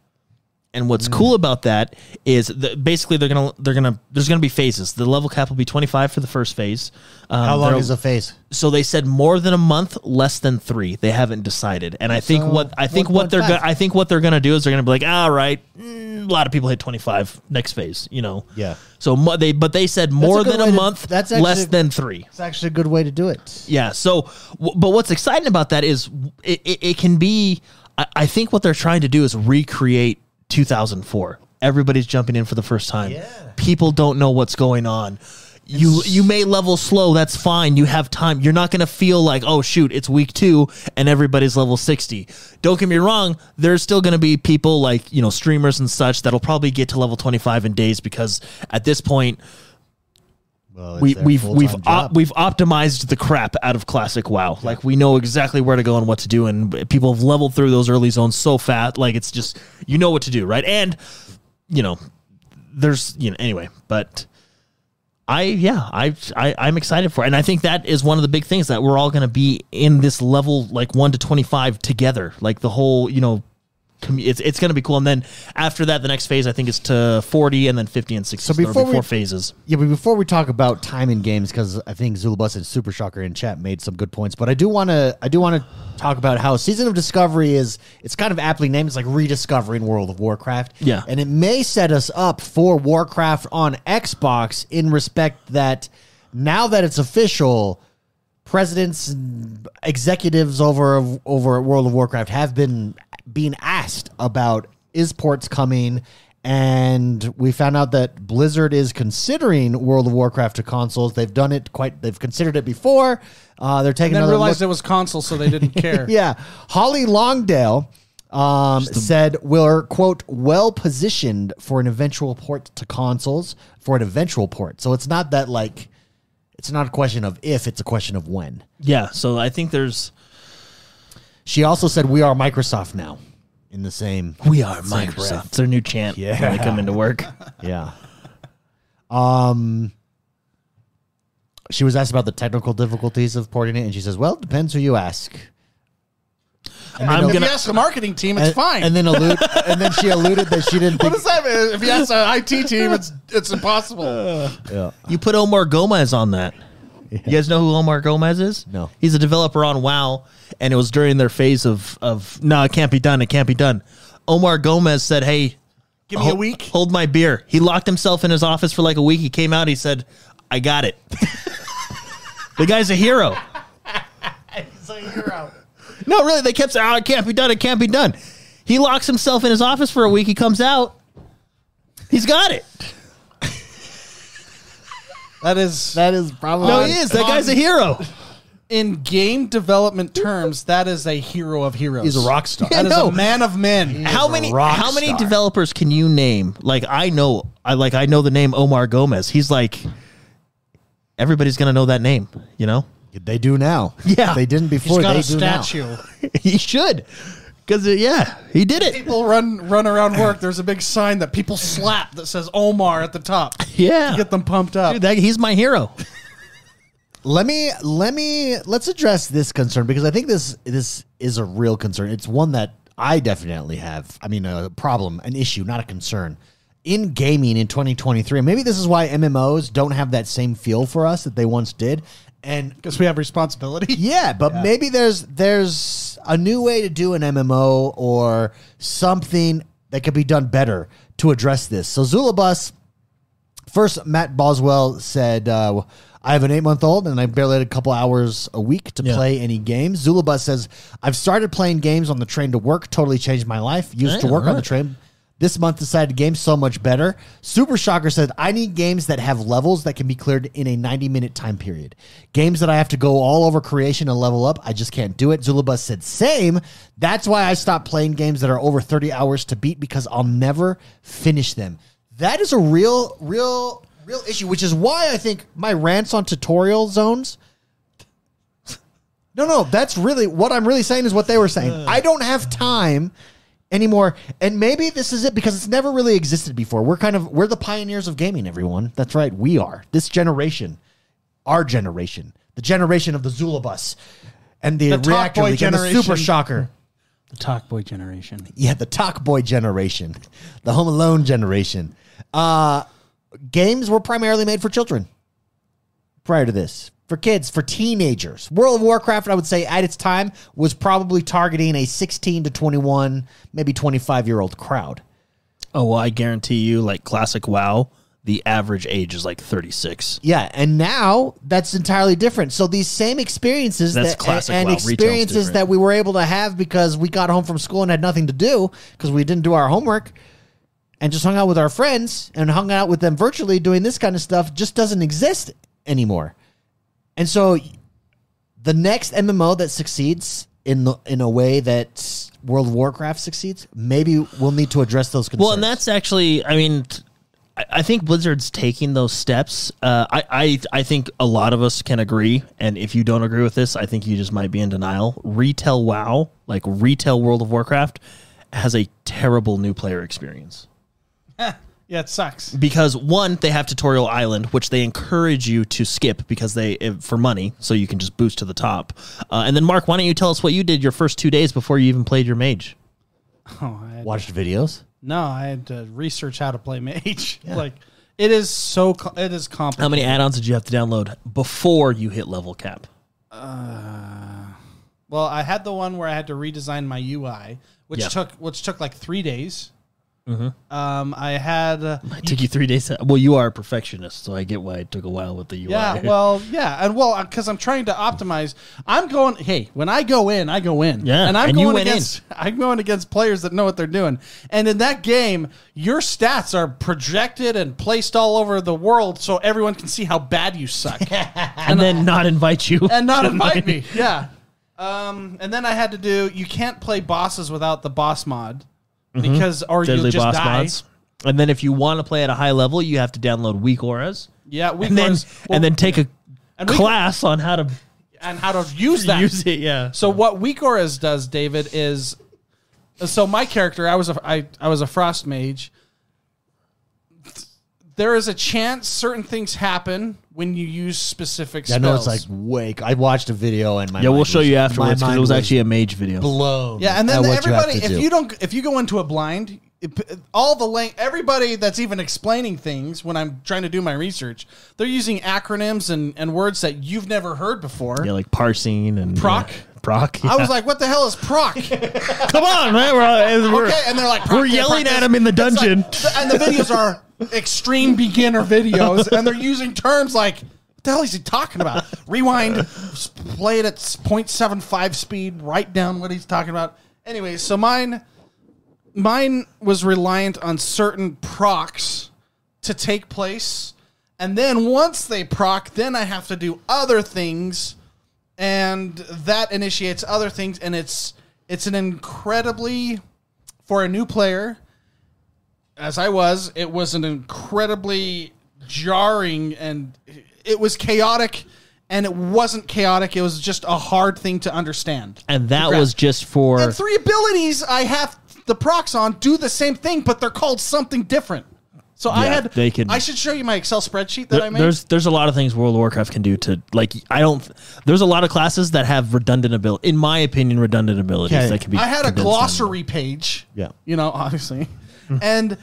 And what's Mm. cool about that is that basically they're gonna they're gonna there's gonna be phases. The level cap will be 25 for the first phase. Um, How long there'll- is a phase? so they said more than a month, less than three. They haven't decided, and I think So, what I think what they're go- 1.5. I think what they're going to do is they're going to be like, all right, mm, a lot of people hit twenty five. Next phase, you know. Yeah. So mo- they but they said more good than a way to- month, that's less actually- than three. It's actually a good way to do it. Yeah. So, w- but what's exciting about that is it, it, it can be. I, I think what they're trying to do is recreate 2004. Everybody's jumping in for the first time. Yeah. People don't know what's going on. You you may level slow. That's fine. You have time. You're not gonna feel like oh shoot, it's week two and everybody's level sixty. Don't get me wrong. There's still gonna be people like you know streamers and such that'll probably get to level twenty five in days because at this point Well, it's we, their we've full-time we've job. op, we've optimized the crap out of classic WoW. Like we know exactly where to go and what to do, and people have leveled through those early zones so fast. Like it's just you know what to do, right? And you know, there's you know anyway, but. I yeah I, I I'm excited for it. and I think that is one of the big things that we're all going to be in this level like one to twenty five together like the whole you know commu- it's it's going to be cool and then after that the next phase I think is to forty and then fifty and sixty so before we- four phases Yeah, but before we talk about time in games, because I think Zula Bus and Super Shocker in chat made some good points, but I do want to I do want to talk about how Season of Discovery is it's kind of aptly named. It's like rediscovering World of Warcraft. Yeah. and it may set us up for Warcraft on Xbox in respect that now that it's official, presidents and executives over over at World of Warcraft have been being asked about is ports coming and we found out that Blizzard is considering World of Warcraft to consoles. They've done it quite they've considered it before. Uh, they're taking Then another look realized it was console, so they didn't care. yeah. Holly Longdale um, said we're quote well positioned for an eventual port to consoles for an eventual port. So it's not that like it's not a question of if, it's a question of when. yeah so I think there's She also said we are Microsoft now. In the same We are Microsoft. It's their new chant when they come into work. Yeah. Um she was asked about the technical difficulties of porting it, and she says, "Well, it depends who you ask." I'm if gonna. you ask the marketing team, it's And- fine. Uh, And then allude, and then she alluded that she didn't what think. does that mean? If you ask the IT team, it's it's impossible. You put Omar Gomez on that. You guys know who Omar Gomez is? No. He's a developer on WoW, and it was during their phase of of no, it can't be done. It can't be done. Omar Gomez said, "Hey, Give me a hol- week. Hold my beer." He locked himself in his office for like a week. He came out. He said, "I got it." the guy's a hero. No, really, they kept saying, "Oh, it can't be done. It can't be done." He locks himself in his office for a week. He comes out. He's got it. That is That is probably No, he is. That on- guy's a hero. in game development terms, that is a hero of heroes. He's a rock star. Yeah, That is no. a man of men. How a many? rock How many star. developers can you name? Like I know, I like I know the name Omar Gomez. He's like everybody's gonna know that name. You know, They do now. Yeah. they didn't before. they do now. he should because uh, yeah, he did it. People run run around work. There's a big sign that people slap that says Omar at the top. Yeah, Get them pumped up. Dude, that, he's my hero. Let me let me let's address this concern because I think this this is a real concern. It's one that I definitely have. I mean, a problem, an issue, not a concern. In gaming in 2023, and maybe this is why MMOs don't have that same feel for us that they once did. And Because we have responsibility. Yeah, but maybe there's there's a new way to do an MMO or something that could be done better to address this. So Zulabus, first Matt Boswell said, uh, "I have an eight month old and I barely had a couple hours a week to Yeah. play any games." Zulabus says, "I've started playing games on the train to work. Totally changed my life. Used to Yeah, work on the alright. train." This month decided games so much better. Super Shocker said, I need games that have levels that can be cleared in a 90 minute time period. Games that I have to go all over creation and level up, I just can't do it. Zulabus said, same. That's why I stopped playing games that are over 30 hours to beat because I'll never finish them. That is a real, real, real issue, which is why I think my rants on tutorial zones no, no, that's really what I'm really saying is what they were saying. Uh. I don't have time anymore, and maybe this is it because it's never really existed before. We're kind of we're the pioneers of gaming, everyone. That's right, we are this generation, our generation, the generation of the Zulabus and the, The Talk Reactor Boy League and the generation. Super Shocker. The Talk Boy generation. Yeah, the Talk Boy generation, the Home Alone generation. Uh, games were primarily made for children prior to this, for kids, for teenagers. World of Warcraft, I would say, at its time, was probably targeting a 16 to 21, maybe 25 year old crowd. Oh, well, I guarantee you, like classic WoW, the average age is like 36. Yeah, and now that's entirely different. So these same experiences That's that, classic and WoW. Retail's experiences different. that we were able to have because we got home from school and had nothing to do because we didn't do our homework and just hung out with our friends and hung out with them virtually doing this kind of stuff just doesn't exist anymore. And so the next MMO that succeeds in the, in a way that World of Warcraft succeeds, maybe we'll need to address those concerns. Well, and that's actually, I mean, t- I I think Blizzard's taking those steps. Uh, I, I, I think a lot of us can agree. And if you don't agree with this, I think you just might be in denial. Retail WoW, like retail World of Warcraft, has a terrible new player experience. Yeah, it sucks. because one they have tutorial island which they encourage you to skip because they eh, for money so you can just boost to the top uh, and then mark why don't you tell us what you did your first two days before you even played your mage Oh, I had, watched videos. no, I had to research how to play Mage. Like, it is so co- it is how complicated. many add-ons did you have to download before you hit level cap Well, I had the one where I had to redesign my UI, which Yeah. Mm-hmm. took which took like three days. Um, I had uh, it took you three days to, well you are a perfectionist so i get why it took a while with the ui yeah, well, yeah, and well, because I'm trying to optimize. I'm going. Hey, when I go in, I go in. Yeah, and I'm and you going went in. against. I'm going against players that know what they're doing. And in that game, your stats are projected and placed all over the world, so everyone can see how bad you suck. and then not invite you and not invite me. Yeah. Um, and then I had to do. You can't play bosses without the boss mod because or Mm-hmm. deadly you'll just boss die. mods and then if you want to play at a high level you have to download weak auras Yeah, we and then and then take a And weak- class on how to and how to use that. use it yeah So what Weakoras does, David, is so my character. I was a I, I was a frost mage. There is a chance certain things happen when you use specific I spells. know it's like wake. I watched a video and my Yeah, we'll mind show was- you afterwards my because mind it was, actually a mage video. blown. Yeah, and then at what everybody, you have to if do. you don't, if you go into a blind, it- all the lang- everybody that's even explaining things when I'm trying to do my research, they're using acronyms and, and words that you've never heard before. yeah, like parsing and Proc? yeah. proc. I was like, "What the hell is proc?" okay, like, come on, man. We're, we're, and they're like, we're "Proc, yeah, yelling proc at this." him in the dungeon. and the videos are extreme beginner videos, and they're using terms like, what the hell is he talking about? Rewind, s- play it at s- 0.75 speed, write down what he's talking about. Anyway, so mine, mine was reliant on certain procs to take place, and then once they proc, then I have to do other things, and that initiates other things, and it's it's an incredibly for a new player as I was, it was an incredibly jarring and it was chaotic and it wasn't chaotic. It was just a hard thing to understand. and that Crap. was just for And three abilities I have the procs on do the same thing, but they're called something different. So I Yeah, had they can- I should show you my Excel spreadsheet that there- I made. there's there's a lot of things World of Warcraft can do to like I don't there's a lot of classes that have redundant ability in my opinion redundant abilities Okay. that can be I had a condensed down. glossary page. Yeah. you know, obviously, and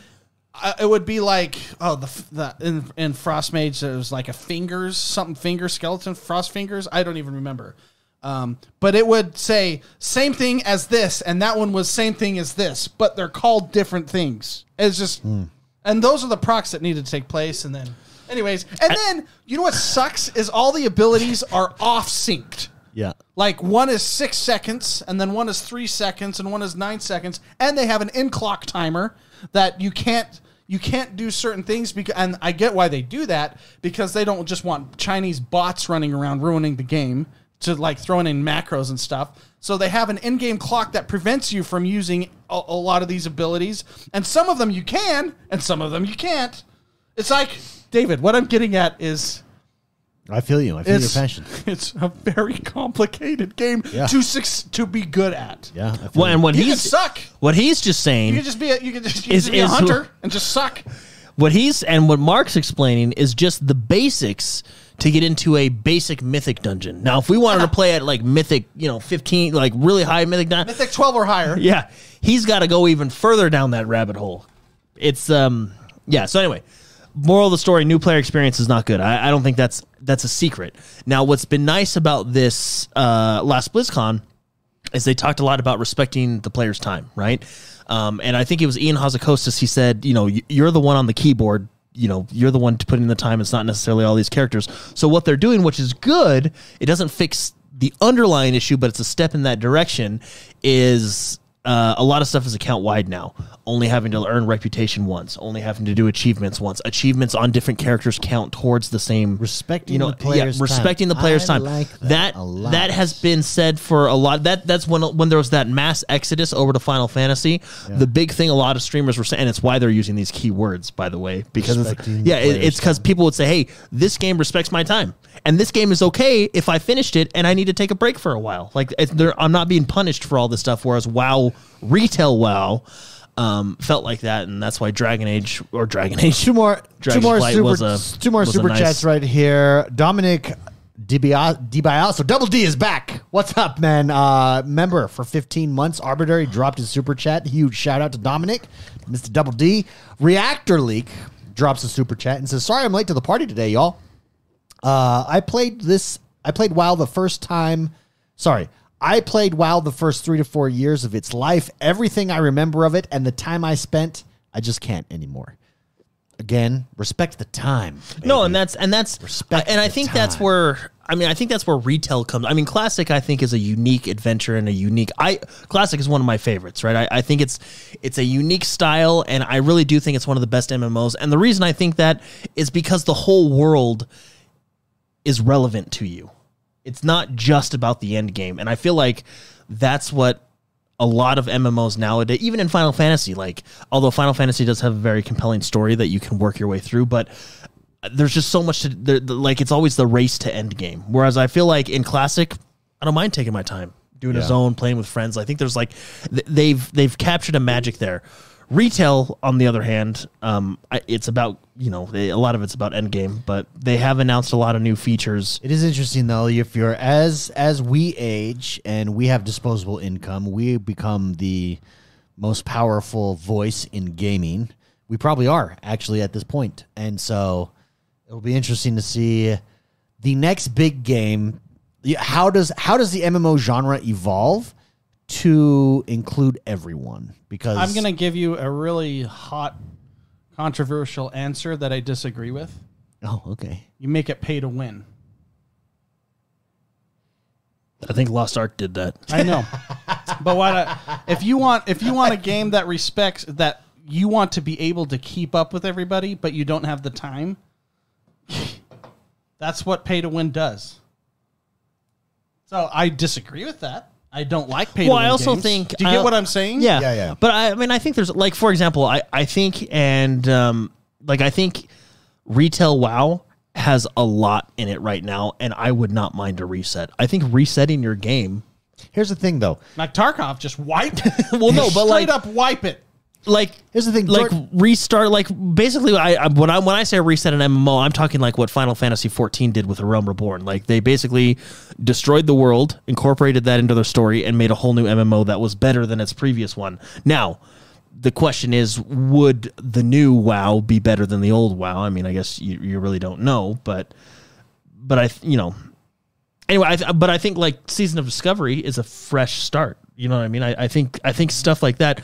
I, it would be like oh the f- the in, in Frost Mage there was like a fingers something finger skeleton frost fingers I don't even remember, um, but it would say same thing as this and that one was same thing as this, but they're called different things. It's just Hmm. and those are the procs that needed to take place and then. Anyways, and then you know what sucks is all the abilities are off synced. yeah, Like one is six seconds, and then one is three seconds, and one is nine seconds, and they have an in clock timer that you can't you can't do certain things because and I get why they do that because they don't just want Chinese bots running around ruining the game to like throwing in macros and stuff. So they have an in-game clock that prevents you from using a, a lot of these abilities, and some of them you can, and some of them you can't. It's like David, what I'm getting at is I feel you. I feel your passion. it's a very complicated game Yeah. to suc to be good at. Yeah, I feel Well, you. and what You can he's suck. what he's just saying You can just be a you can just, you Is- can be a is who- hunter and just suck. what he's and what Mark's explaining is just the basics to get into a basic mythic dungeon. Now, if we wanted to play at like mythic, you know, 15, like really high mythic dungeon, Mythic 12 or higher. yeah, he's got to go even further down that rabbit hole. It's um, yeah. So anyway, moral of the story: new player experience is not good. I, I don't think that's that's a secret. Now, what's been nice about this uh, last BlizzCon is they talked a lot about respecting the player's time, right? Um, and I think it was Ian Hazakostas. He said, you know, y- you're the one on the keyboard. You know, you're the one to put in the time. It's not necessarily all these characters. So what they're doing, which is good, it doesn't fix the underlying issue, but it's a step in that direction. Is uh, a lot of stuff is account wide now. Only having to earn reputation once. Only having to do achievements once. Achievements on different characters count towards the same Respecting you know, the player's yeah, respecting time. the player's I time. like that that a lot. that has been said for a lot. That that's when when there was that mass exodus over to Final Fantasy. The big thing a lot of streamers were saying, and it's why they're using these key words, by the way, because it's, Respecting the yeah, it, player's it's because people would say, "Hey, this game respects my time, and this game is okay if I finished it and I need to take a break for a while." Like it's, they're- I'm not being punished for all this stuff. Whereas WoW retail WoW. Um, felt like that, and that's why Dragon Age or Dragon Age Two more, Dragon's two more Blight super, was a- two more was a super nice- chats right here. Dominic DiBia, so Double D is back. What's up, man? Uh, member for 15 months, Arbitrary dropped his super chat. Huge shout out to Dominic, Mr. Double D. Reactor Leak drops a super chat and says, "Sorry, I'm late to the party today, y'all. Uh, I played this. I played WoW the first time. Sorry, I played WoW the first three to four years of its life. Everything I remember of it and the time I spent, I just can't anymore." again, respect the time. No, and that's and that's Respect and I the think that's time. where I mean I think that's where retail comes. I mean, classic I think is a unique adventure and a unique. I classic is one of my favorites, right? I, I think it's it's a unique style, and I really do think it's one of the best MMOs. And the reason I think that is because the whole world is relevant to you. It's not just about the end game, and I feel like that's what a lot of MMOs nowadays, even in Final Fantasy, like although Final Fantasy does have a very compelling story that you can work your way through, but there's just so much to there, the- like it's always the race to end game. Whereas I feel like in classic, I don't mind taking my time, doing a zone, playing with friends. I think there's like th- they've they've captured a magic there. Retail, on the other hand, um, I, it's about you know they, a lot of it's about end game, but they have announced a lot of new features. It is interesting though. If you're as as we age and we have disposable income, we become the most powerful voice in gaming. We probably are actually at this point, and so it'll be interesting to see the next big game. Yeah, How does how does the MMO genre evolve to include everyone? Because I'm going to give you a really hot, controversial answer that I disagree with. oh okay. You make it pay to win. I think Lost Ark did that. I know, but what I, if you want if you want a game that respects that you want to be able to keep up with everybody, but you don't have the time? That's what pay to win does. So I disagree with that. I don't like pay. Well, to win I also games. think- Do you get I- what I'm saying? Yeah, Yeah, yeah. But I, I mean, I think there's like, for example, I, I think and um, like I think retail WoW has a lot in it right now, and I would not mind a reset. I think resetting your game. Here's the thing though. Like Tarkov, just wipe. Well, no, but like, straight up wipe it. like Here's the thing, like Jordan- restart, like basically, I, I when I when I say reset an MMO, I'm talking like what Final Fantasy 14 did with A Realm Reborn. Like they basically destroyed the world, incorporated that into their story, and made a whole new MMO that was better than its previous one. Now. The question is, would the new WoW be better than the old WoW? I mean, I guess you, you really don't know, but but I th- you know anyway, I th- but I think like season of discovery is a fresh start. You know what I mean? I, I think I think stuff like that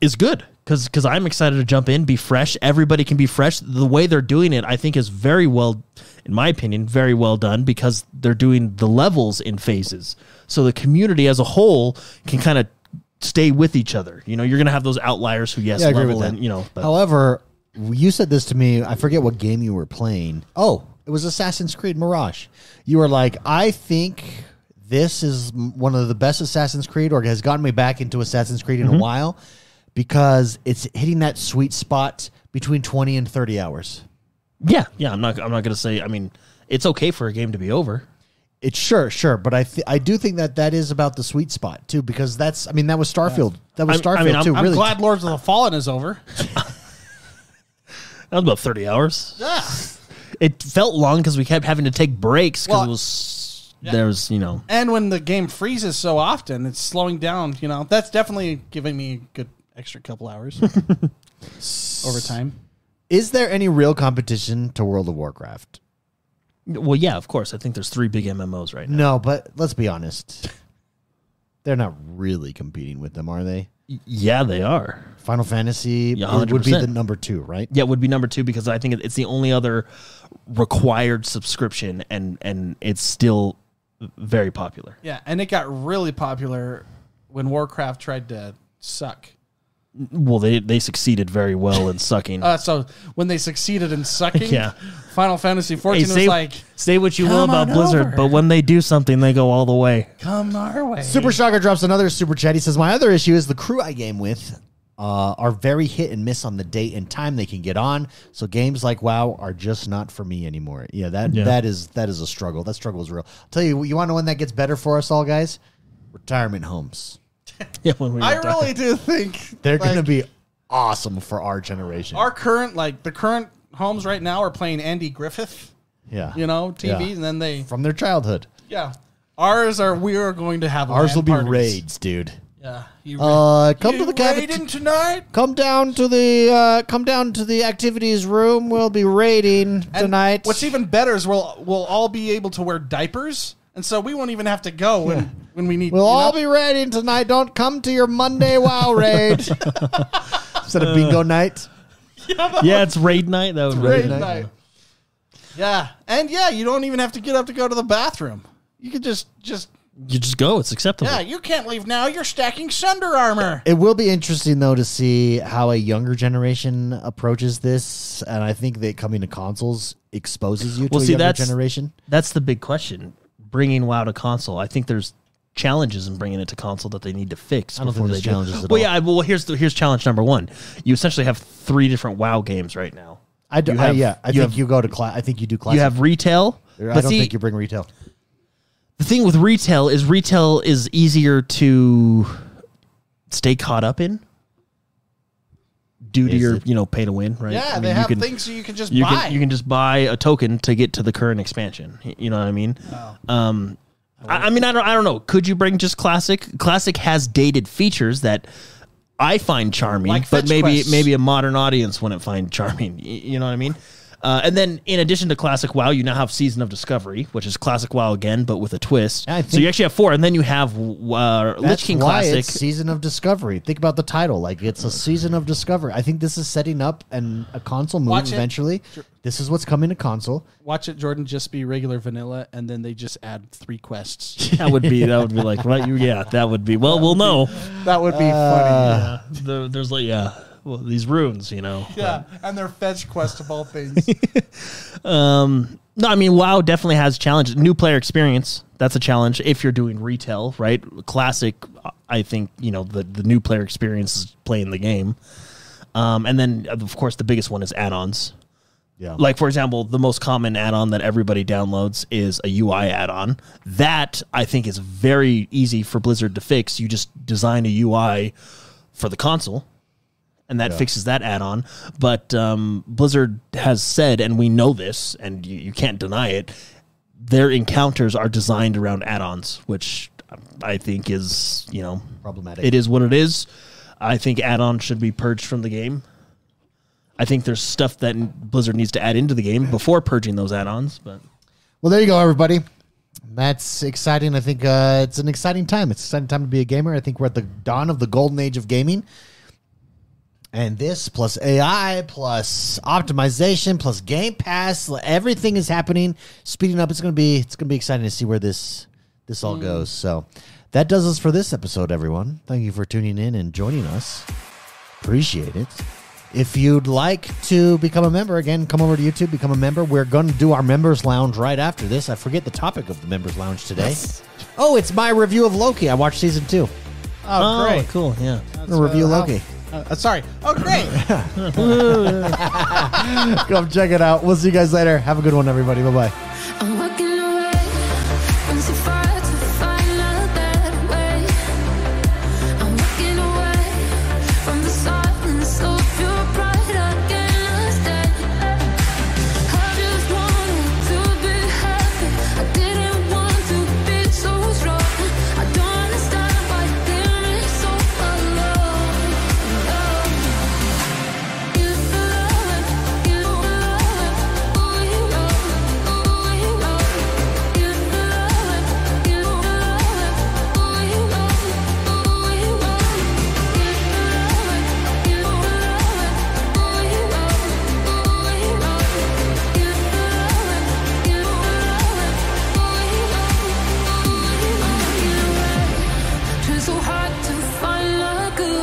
is good because because I'm excited to jump in, be fresh. Everybody can be fresh. The way they're doing it, I think, is very well, in my opinion, very well done because they're doing the levels in phases, so the community as a whole can kind of stay with each other. You know, you're gonna have those outliers who yes Yeah, I agree level with that. and you know. but- However, you said this to me. I forget what game you were playing. Oh, it was Assassin's Creed Mirage. You were like, I think this is m- one of the best Assassin's Creed, or has gotten me back into Assassin's Creed Mm-hmm. in a while, because it's hitting that sweet spot between twenty and thirty hours. yeah, yeah. I'm not I'm not gonna say. I mean, it's okay for a game to be over. It's sure, sure, but I th- I do think that that is about the sweet spot too, because that's I mean that was Starfield, that was I'm- Starfield I mean, I'm- too. I'm I'm really, glad Lords of the Fallen is over. That was about 30 hours. Yeah. It felt long because we kept having to take breaks because Well, it was there was you know And when the game freezes so often, it's slowing down. You know, that's definitely giving me a good extra couple hours over time. Is there any real competition to World of Warcraft? well yeah of course I think there's three big MMOs right now. No, but let's be honest. They're not really competing with them, are they? Y- Yeah, they are. Final Fantasy Yeah, would- would be 100%. the number two, right? Yeah, it would be number two because I think it- it's the only other required subscription, and and it's still very popular. Yeah, and it got really popular when Warcraft tried to suck. Well, they they succeeded very well in sucking. Uh, so when they succeeded in sucking, Yeah. Final Fantasy Hey, 14 was say, like, say what you will "Come about on Blizzard, over." but when they do something, they go all the way. come our way. Super Shocker drops another super chat. He says, My other issue is the crew I game with uh, are very hit and miss on the date and time they can get on. So games like WoW are just not for me anymore. Yeah, that Yeah. that is that is a struggle. That struggle is real. I'll tell you, you want to know when that gets better for us all, guys? Retirement homes. Yeah, when we were I done. really do think They're like, gonna be awesome for our generation. our current like the current homes right now are playing Andy Griffith, yeah, you know, TV, Yeah. and then they from their childhood. yeah. Ours are we are going to have Ours LAN will be parties. raids, dude. Yeah, you Uh, come you to the cafeteria. raiding tonight. Come down to the uh, come down to the activities room. We'll be raiding And tonight. What's even better is we'll we'll all be able to wear diapers, and so we won't even have to go when when we need. We'll you all know? be raiding tonight. Don't come to your Monday WoW raid instead of Uh. bingo night. yeah, it's raid night. That would Great be night. night. Yeah, and yeah, you don't even have to get up to go to the bathroom. You can just just you just go. It's acceptable. yeah. You can't leave now. You're stacking Sunder armor. It will be interesting though to see how a younger generation approaches this, and I think that coming to consoles exposes you to Well, a see, younger that's- generation. That's the big question. Bringing WoW to console, I think there's challenges in bringing it to console that they need to fix. I don't think there's challenges at well, all. yeah. Well, here's the, here's challenge number one. You essentially have three different WoW games right now. I do. You I, have- yeah, I you think have- you go to class. I think you do class. You have retail, I but don't see, think you bring retail. the thing with retail is retail is easier to stay caught up in due to Is your it? you know pay to win, right? Yeah, I mean, they you have can- things so you can just you buy. can you can just buy a token to get to the current expansion. Y- You know what I mean? Um, I, I mean, I don't, I don't know. Could you bring just classic? Classic has dated features that I find charming, Like but fetch maybe quests. maybe a modern audience wouldn't find charming. Y- You know what I mean? Uh, and then, in addition to classic WoW, you now have Season of Discovery, which is classic WoW again, but with a twist. I so think- you actually have four, and then you have uh, Lich That's King why Classic. It's season of discovery. Think about the title. Like it's a season of discovery. I think this is setting up an a console move Watch it. eventually. This is what's coming to console. Watch it, Jordan. Just be regular vanilla, and then they just add three quests. That would be that would be like right. You yeah, that would be well. We'll know. that would be funny. Yeah, the, there's like yeah, well, these runes, you know. Yeah, and their fetch quest of all things. Um, no, I mean WoW definitely has challenges. New player experience that's a challenge if you're doing retail, right? Classic, I think you know the the new player experience is playing the game, um, and then of course the biggest one is add-ons. Yeah. Like for example, the most common add-on that everybody downloads is a UI add-on. That I think is very easy for Blizzard to fix. You just design a UI for the console, and that fixes that add-on. But um, Blizzard has said, and we know this, and you, you can't deny it. Their encounters are designed around add-ons, which I think is you know Problematic. It is what it is. I think add-ons should be purged from the game. I think there's stuff that Blizzard needs to add into the game before purging those add-ons. But Well, there you go, everybody. That's exciting. I think uh, it's an exciting time. It's an exciting time to be a gamer. I think we're at the dawn of the golden age of gaming. And this plus AI plus optimization plus Game Pass, everything is happening, speeding up. It's gonna be it's gonna be exciting to see where this this all goes. So that does us for this episode, everyone. Thank you for tuning in and joining us. Appreciate it. If you'd like to become a member, again, come over to YouTube, become a member. We're going to do our members lounge right after this. I forget the topic of the members lounge today. Oh, it's my review of Loki. I watched season two. Oh, great. cool, yeah. I'm gonna review Uh, Loki. oh, uh, sorry. Oh, great. Come check it out. We'll see you guys later. Have a good one, everybody. Bye bye. I'm walking away. I'm too far to find out that way. I'm walking away from the silence of your pride. I cannot stay. I just want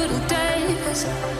Thank you